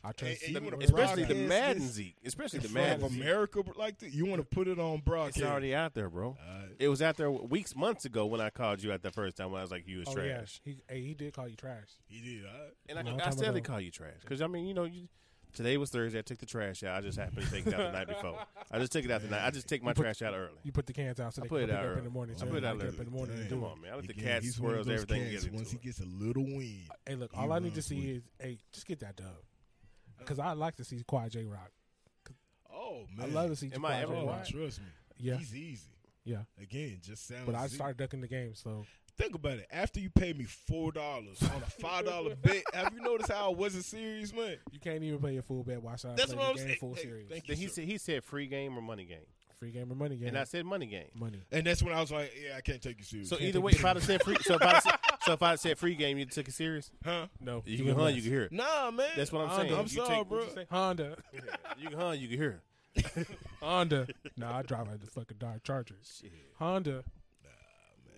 [SPEAKER 3] I trust.
[SPEAKER 4] and
[SPEAKER 3] you.
[SPEAKER 4] you wanna
[SPEAKER 2] Especially the
[SPEAKER 4] Broadcast
[SPEAKER 2] Madden
[SPEAKER 4] this
[SPEAKER 2] Zeke. Especially the
[SPEAKER 4] In front
[SPEAKER 2] Madden
[SPEAKER 4] of
[SPEAKER 2] Zeke.
[SPEAKER 4] America like that, you want to put it on broadcast.
[SPEAKER 2] It's already out there, bro.
[SPEAKER 4] Alright.
[SPEAKER 2] It was out there weeks, months ago when I called you at the first time when I was like, you was
[SPEAKER 3] Oh
[SPEAKER 2] trash.
[SPEAKER 3] yeah, he hey, he did call you trash.
[SPEAKER 4] He did. All right.
[SPEAKER 2] And I,
[SPEAKER 3] Long
[SPEAKER 2] I
[SPEAKER 3] time
[SPEAKER 2] still didn't
[SPEAKER 3] ago.
[SPEAKER 2] call you trash. Because, I mean, you know, you, today was Thursday. I took the trash out. I just happened to take it out the night before. I just took it out the night. I just take my
[SPEAKER 3] put-
[SPEAKER 2] trash out early.
[SPEAKER 3] You put the cans out so they
[SPEAKER 2] put
[SPEAKER 3] can
[SPEAKER 2] it
[SPEAKER 3] pick
[SPEAKER 2] out
[SPEAKER 3] up in
[SPEAKER 2] early.
[SPEAKER 3] the morning.
[SPEAKER 2] I
[SPEAKER 3] So
[SPEAKER 2] put it
[SPEAKER 3] everybody
[SPEAKER 2] out early.
[SPEAKER 3] can Up in the morning. and
[SPEAKER 4] Dang.
[SPEAKER 3] do
[SPEAKER 2] Come
[SPEAKER 3] it.
[SPEAKER 2] on, man. I let the
[SPEAKER 4] Again,
[SPEAKER 2] cat
[SPEAKER 4] he's one of
[SPEAKER 2] swirls
[SPEAKER 4] those
[SPEAKER 2] everything.
[SPEAKER 4] cats,
[SPEAKER 2] Gets into
[SPEAKER 4] Once he
[SPEAKER 2] it.
[SPEAKER 4] gets a little wind,
[SPEAKER 3] Hey, look,
[SPEAKER 4] He
[SPEAKER 3] all I need to
[SPEAKER 4] runs
[SPEAKER 3] see
[SPEAKER 4] with
[SPEAKER 3] is hey, just get that dub, because I like to see Quiet J Rock.
[SPEAKER 4] oh
[SPEAKER 3] I
[SPEAKER 4] man,
[SPEAKER 3] love to see.
[SPEAKER 2] Am I
[SPEAKER 3] Quiet
[SPEAKER 2] ever
[SPEAKER 3] J.
[SPEAKER 4] Oh,
[SPEAKER 3] Rock.
[SPEAKER 2] watching?
[SPEAKER 4] trust me,
[SPEAKER 3] Yeah,
[SPEAKER 4] he's easy.
[SPEAKER 3] yeah.
[SPEAKER 4] Again, just sounds.
[SPEAKER 3] But I
[SPEAKER 4] easy.
[SPEAKER 3] started ducking the game, so
[SPEAKER 4] Think about it. After you paid me four dollars on a five dollar bet, have you noticed how I wasn't serious, man?
[SPEAKER 3] you can't even play your full bet. Watch out.
[SPEAKER 4] That's
[SPEAKER 3] play
[SPEAKER 4] what
[SPEAKER 3] the
[SPEAKER 4] I'm
[SPEAKER 3] game
[SPEAKER 4] saying.
[SPEAKER 3] Full
[SPEAKER 4] Hey,
[SPEAKER 3] series,
[SPEAKER 4] thank you.
[SPEAKER 2] Then he
[SPEAKER 4] sir.
[SPEAKER 2] said, he said free game or money game.
[SPEAKER 3] free game or money game.
[SPEAKER 2] And I said money game.
[SPEAKER 3] money.
[SPEAKER 4] And that's when I was like, yeah, I can't take you serious.
[SPEAKER 2] So
[SPEAKER 3] can't
[SPEAKER 2] either
[SPEAKER 3] take
[SPEAKER 2] way,
[SPEAKER 3] it
[SPEAKER 2] if I'd have said free, so if I'd have said, so if I'd have said free game, you took it serious.
[SPEAKER 4] huh?
[SPEAKER 3] No,
[SPEAKER 2] You
[SPEAKER 3] give
[SPEAKER 2] can
[SPEAKER 3] him
[SPEAKER 2] huh,
[SPEAKER 3] less.
[SPEAKER 2] you can hear it.
[SPEAKER 4] Nah, man.
[SPEAKER 2] That's what I'm
[SPEAKER 4] Honda,
[SPEAKER 2] saying.
[SPEAKER 4] I'm
[SPEAKER 2] You
[SPEAKER 4] sorry,
[SPEAKER 2] take-
[SPEAKER 4] bro.
[SPEAKER 2] what'd you *laughs*
[SPEAKER 3] Honda,
[SPEAKER 2] You can huh, you can hear
[SPEAKER 3] Honda. nah, I drive like the fucking Dodge Chargers. Honda.
[SPEAKER 2] it.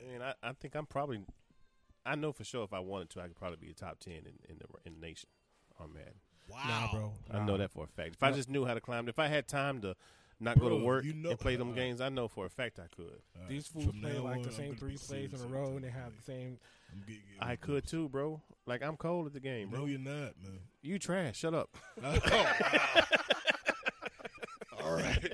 [SPEAKER 2] Man, I, I think I'm probably, I know for sure if I wanted to, I could probably be a top ten in, in the in the nation Oh, on Madden.
[SPEAKER 4] Wow,
[SPEAKER 3] Nah, bro.
[SPEAKER 2] I know that for a fact. If I just knew how to climb, if I had time to not go
[SPEAKER 4] Bro,
[SPEAKER 2] to work
[SPEAKER 4] you know- uh,
[SPEAKER 2] and play them games. I know for a fact I could.
[SPEAKER 3] These
[SPEAKER 4] From
[SPEAKER 3] fools play
[SPEAKER 4] now
[SPEAKER 3] like
[SPEAKER 4] on,
[SPEAKER 3] the
[SPEAKER 4] I'm
[SPEAKER 3] same
[SPEAKER 4] gonna
[SPEAKER 3] three
[SPEAKER 4] be
[SPEAKER 3] plays in
[SPEAKER 4] serious
[SPEAKER 3] a row,
[SPEAKER 4] sometime,
[SPEAKER 3] and they have the
[SPEAKER 4] man.
[SPEAKER 3] same.
[SPEAKER 4] I'm getting,
[SPEAKER 2] I could too, bro. Like I'm cold at the game,
[SPEAKER 4] No,
[SPEAKER 2] bro.
[SPEAKER 4] you're not, man. *laughs* Oh,
[SPEAKER 2] You trash. Shut up.
[SPEAKER 4] All right.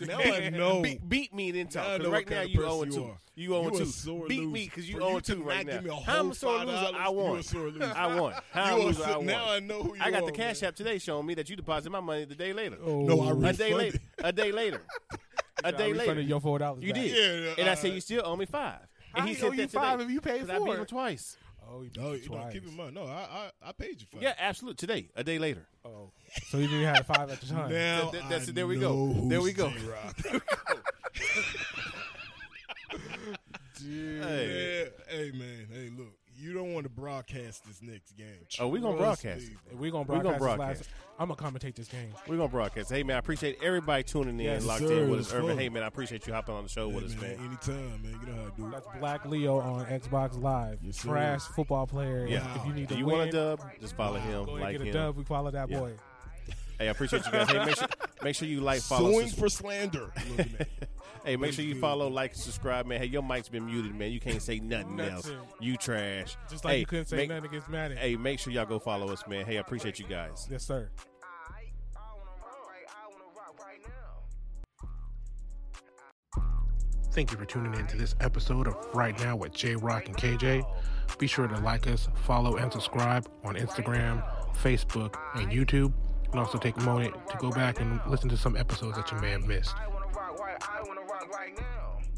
[SPEAKER 4] now I know.
[SPEAKER 2] Beat, beat me then
[SPEAKER 4] Now
[SPEAKER 2] talk.
[SPEAKER 4] I
[SPEAKER 2] 'cause
[SPEAKER 4] Oh. know
[SPEAKER 2] right
[SPEAKER 4] what
[SPEAKER 2] now
[SPEAKER 4] kind of
[SPEAKER 2] you
[SPEAKER 4] person
[SPEAKER 2] 0
[SPEAKER 4] you
[SPEAKER 2] 2.
[SPEAKER 4] are.
[SPEAKER 2] You 0
[SPEAKER 4] You a
[SPEAKER 2] 2.
[SPEAKER 4] sore
[SPEAKER 2] Beat
[SPEAKER 4] loser.
[SPEAKER 2] me because you
[SPEAKER 4] Bro, you
[SPEAKER 2] 0 2
[SPEAKER 4] cannot
[SPEAKER 2] right now.
[SPEAKER 4] give me a
[SPEAKER 2] How I'm
[SPEAKER 4] whole
[SPEAKER 2] a sore loser?
[SPEAKER 4] $5.
[SPEAKER 2] I
[SPEAKER 4] You
[SPEAKER 2] won.
[SPEAKER 4] a sore loser.
[SPEAKER 2] *laughs* I won.
[SPEAKER 4] *laughs*
[SPEAKER 2] How I'm
[SPEAKER 4] You
[SPEAKER 2] a
[SPEAKER 4] a
[SPEAKER 2] loser? I
[SPEAKER 4] so-
[SPEAKER 2] won.
[SPEAKER 4] now I know who you
[SPEAKER 2] I got
[SPEAKER 4] are,
[SPEAKER 2] the cash
[SPEAKER 4] man. Oh,
[SPEAKER 2] app today showing me that you deposit my money the day later.
[SPEAKER 3] Oh,
[SPEAKER 4] No, I
[SPEAKER 2] a
[SPEAKER 4] refunded.
[SPEAKER 2] day later. A
[SPEAKER 4] *laughs*
[SPEAKER 2] day later. A day later.
[SPEAKER 3] your four dollars.
[SPEAKER 2] You did.
[SPEAKER 4] Yeah,
[SPEAKER 2] and I
[SPEAKER 4] uh,
[SPEAKER 2] said, you still owe me five. And
[SPEAKER 3] I
[SPEAKER 2] he
[SPEAKER 3] owe
[SPEAKER 2] said
[SPEAKER 3] you
[SPEAKER 2] that today,
[SPEAKER 3] five if you paid
[SPEAKER 2] 'cause I
[SPEAKER 3] for
[SPEAKER 2] beat him
[SPEAKER 3] it.
[SPEAKER 2] twice.
[SPEAKER 3] Oh, you beat
[SPEAKER 4] No,
[SPEAKER 3] me
[SPEAKER 4] you know,
[SPEAKER 3] twice.
[SPEAKER 4] keep in mind. No, I I, I paid you for
[SPEAKER 2] Yeah, absolute. Today, a day later.
[SPEAKER 3] Oh, so you didn't have the five at the time.
[SPEAKER 4] Now
[SPEAKER 2] That- that-
[SPEAKER 4] I
[SPEAKER 2] that's- there we go.
[SPEAKER 4] know
[SPEAKER 2] *laughs* There
[SPEAKER 4] who's
[SPEAKER 2] we go.
[SPEAKER 4] J-Rock.
[SPEAKER 2] Hey.
[SPEAKER 4] Yeah. Hey man, hey look, you don't want to broadcast this next game.
[SPEAKER 2] Oh, we gonna
[SPEAKER 4] Trust
[SPEAKER 2] broadcast
[SPEAKER 4] me,
[SPEAKER 2] it.
[SPEAKER 4] bro.
[SPEAKER 3] We're gonna
[SPEAKER 2] We
[SPEAKER 3] broadcast.
[SPEAKER 2] gonna
[SPEAKER 3] This
[SPEAKER 2] broadcast.
[SPEAKER 3] last, I'm gonna commentate this game.
[SPEAKER 2] We're gonna broadcast. Hey man, I appreciate everybody tuning in,
[SPEAKER 4] Yes,
[SPEAKER 2] locked
[SPEAKER 4] sir.
[SPEAKER 2] in
[SPEAKER 4] It
[SPEAKER 2] with
[SPEAKER 4] was
[SPEAKER 2] us. Urban,
[SPEAKER 4] fun.
[SPEAKER 2] hey man, I appreciate you hopping on the show with us,
[SPEAKER 4] Hey,
[SPEAKER 2] man.
[SPEAKER 4] man, anytime, man. You know how I do. it.
[SPEAKER 3] That's Black Leo on Xbox Live.
[SPEAKER 4] Yes, sir.
[SPEAKER 3] Trash football player.
[SPEAKER 2] Yeah.
[SPEAKER 3] If you need
[SPEAKER 2] Do
[SPEAKER 3] to
[SPEAKER 2] you
[SPEAKER 3] win,
[SPEAKER 2] want a dub? Just follow him,
[SPEAKER 3] go ahead
[SPEAKER 2] like
[SPEAKER 3] and get
[SPEAKER 2] him.
[SPEAKER 3] a dub. We follow that
[SPEAKER 2] Yeah.
[SPEAKER 3] boy.
[SPEAKER 2] Hey, I appreciate you guys. Hey,
[SPEAKER 3] *laughs*
[SPEAKER 2] make sure, make sure you like, follow,
[SPEAKER 4] Suing
[SPEAKER 2] subs-
[SPEAKER 4] for
[SPEAKER 2] *laughs*
[SPEAKER 4] slander. Look, man,
[SPEAKER 2] hey, make sure you follow, like, and subscribe, man. Hey, your mic's been muted, man. You can't say nothing else.
[SPEAKER 3] Nothing.
[SPEAKER 2] You trash.
[SPEAKER 3] Just like
[SPEAKER 2] hey,
[SPEAKER 3] you couldn't say
[SPEAKER 2] make-
[SPEAKER 3] nothing against Madden.
[SPEAKER 2] Hey, make sure y'all go follow us, man. Hey, I appreciate you guys.
[SPEAKER 3] Yes, sir.
[SPEAKER 1] I, I wanna rock right, I wanna rock right now.
[SPEAKER 5] Thank you for tuning in to this episode of Right Now with J Rock and KJ. Be sure to like us, follow, and subscribe on Instagram, Facebook, and YouTube. And also take a moment to go back and listen to some episodes that you may have missed.
[SPEAKER 1] I wanna rock right, I wanna rock right now.